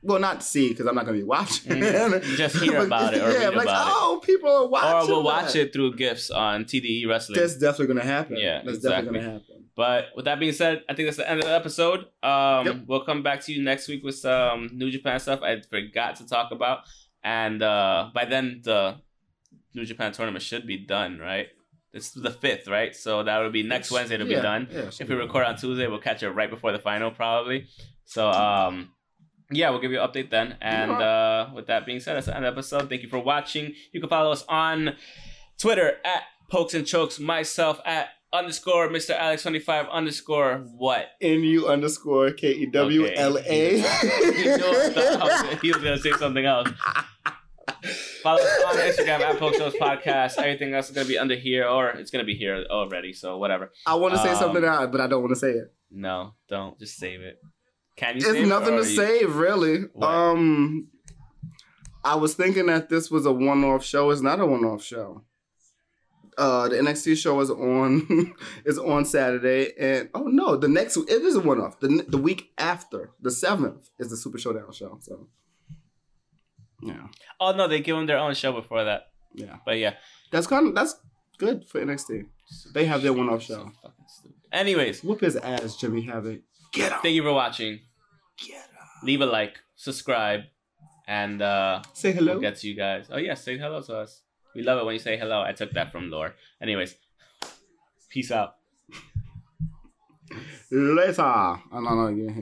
Speaker 2: Well, not see because I'm not going to be watching.
Speaker 3: Mhm. You just hear
Speaker 2: But
Speaker 3: about it or
Speaker 2: yeah,
Speaker 3: read
Speaker 2: I'm like,
Speaker 3: about it.
Speaker 2: oh, people are watching.
Speaker 3: Or we'll watch
Speaker 2: that."
Speaker 3: it through gifts on TDE Wrestling.
Speaker 2: That's definitely going to happen.
Speaker 3: Yeah,
Speaker 2: that's
Speaker 3: exactly.
Speaker 2: definitely going to happen.
Speaker 3: But with that being said, I think that's the end of the episode. Um,
Speaker 2: Yep.
Speaker 3: We'll come back to you next week with some New Japan stuff I forgot to talk about. And uh, by then, the New Japan tournament should be done, right? It's the 5th, right? So that would be next Wednesday to
Speaker 2: Yeah,
Speaker 3: be done.
Speaker 2: yeah, it should
Speaker 3: If
Speaker 2: be
Speaker 3: we
Speaker 2: done.
Speaker 3: record on Tuesday, we'll catch it right before the final, probably. So, um, yeah, we'll give you an update then. And uh, with that being said, that's the end of the episode. Thank you for watching. You can follow us on Twitter at Pokes and Chokes, myself at underscore Mr. Alex25 underscore what?
Speaker 2: nu underscore k e w l
Speaker 3: Okay. You know what the- I was
Speaker 2: a.
Speaker 3: gonna- he was going to say something else. Follow us on Instagram at Pokes and Chokes Podcast. Everything else is going to be under here, or it's going to be here already. So, whatever.
Speaker 2: I want to say
Speaker 3: Um,
Speaker 2: something out, but I don't want to say it.
Speaker 3: No, don't. Just save it. Can you save
Speaker 2: It's
Speaker 3: it,
Speaker 2: nothing
Speaker 3: or
Speaker 2: to
Speaker 3: you-
Speaker 2: save, really.
Speaker 3: What?
Speaker 2: Um, I was thinking that this was a one-off show. It's not a one-off show. Uh, the NXT show is on is on Saturday, and oh no, the next it is a one-off. The the week after the seventh is the Super Showdown show. So yeah,
Speaker 3: Oh no, they give them their own show before that.
Speaker 2: yeah,
Speaker 3: But yeah,
Speaker 2: that's kind of that's good for NXT. They have their one-off
Speaker 3: So
Speaker 2: show.
Speaker 3: fucking stupid. Anyways,
Speaker 2: Whoop his ass, Jimmy Havoc. Get up,
Speaker 3: thank you for watching.
Speaker 2: get up.
Speaker 3: Leave a like, subscribe, and uh,
Speaker 2: Say hello.
Speaker 3: we'll get to you guys. Oh yeah, say hello to us. We love it when you say hello. I took that from Lore. Anyways, peace out.
Speaker 2: Later. I don't know. You didn't hear me.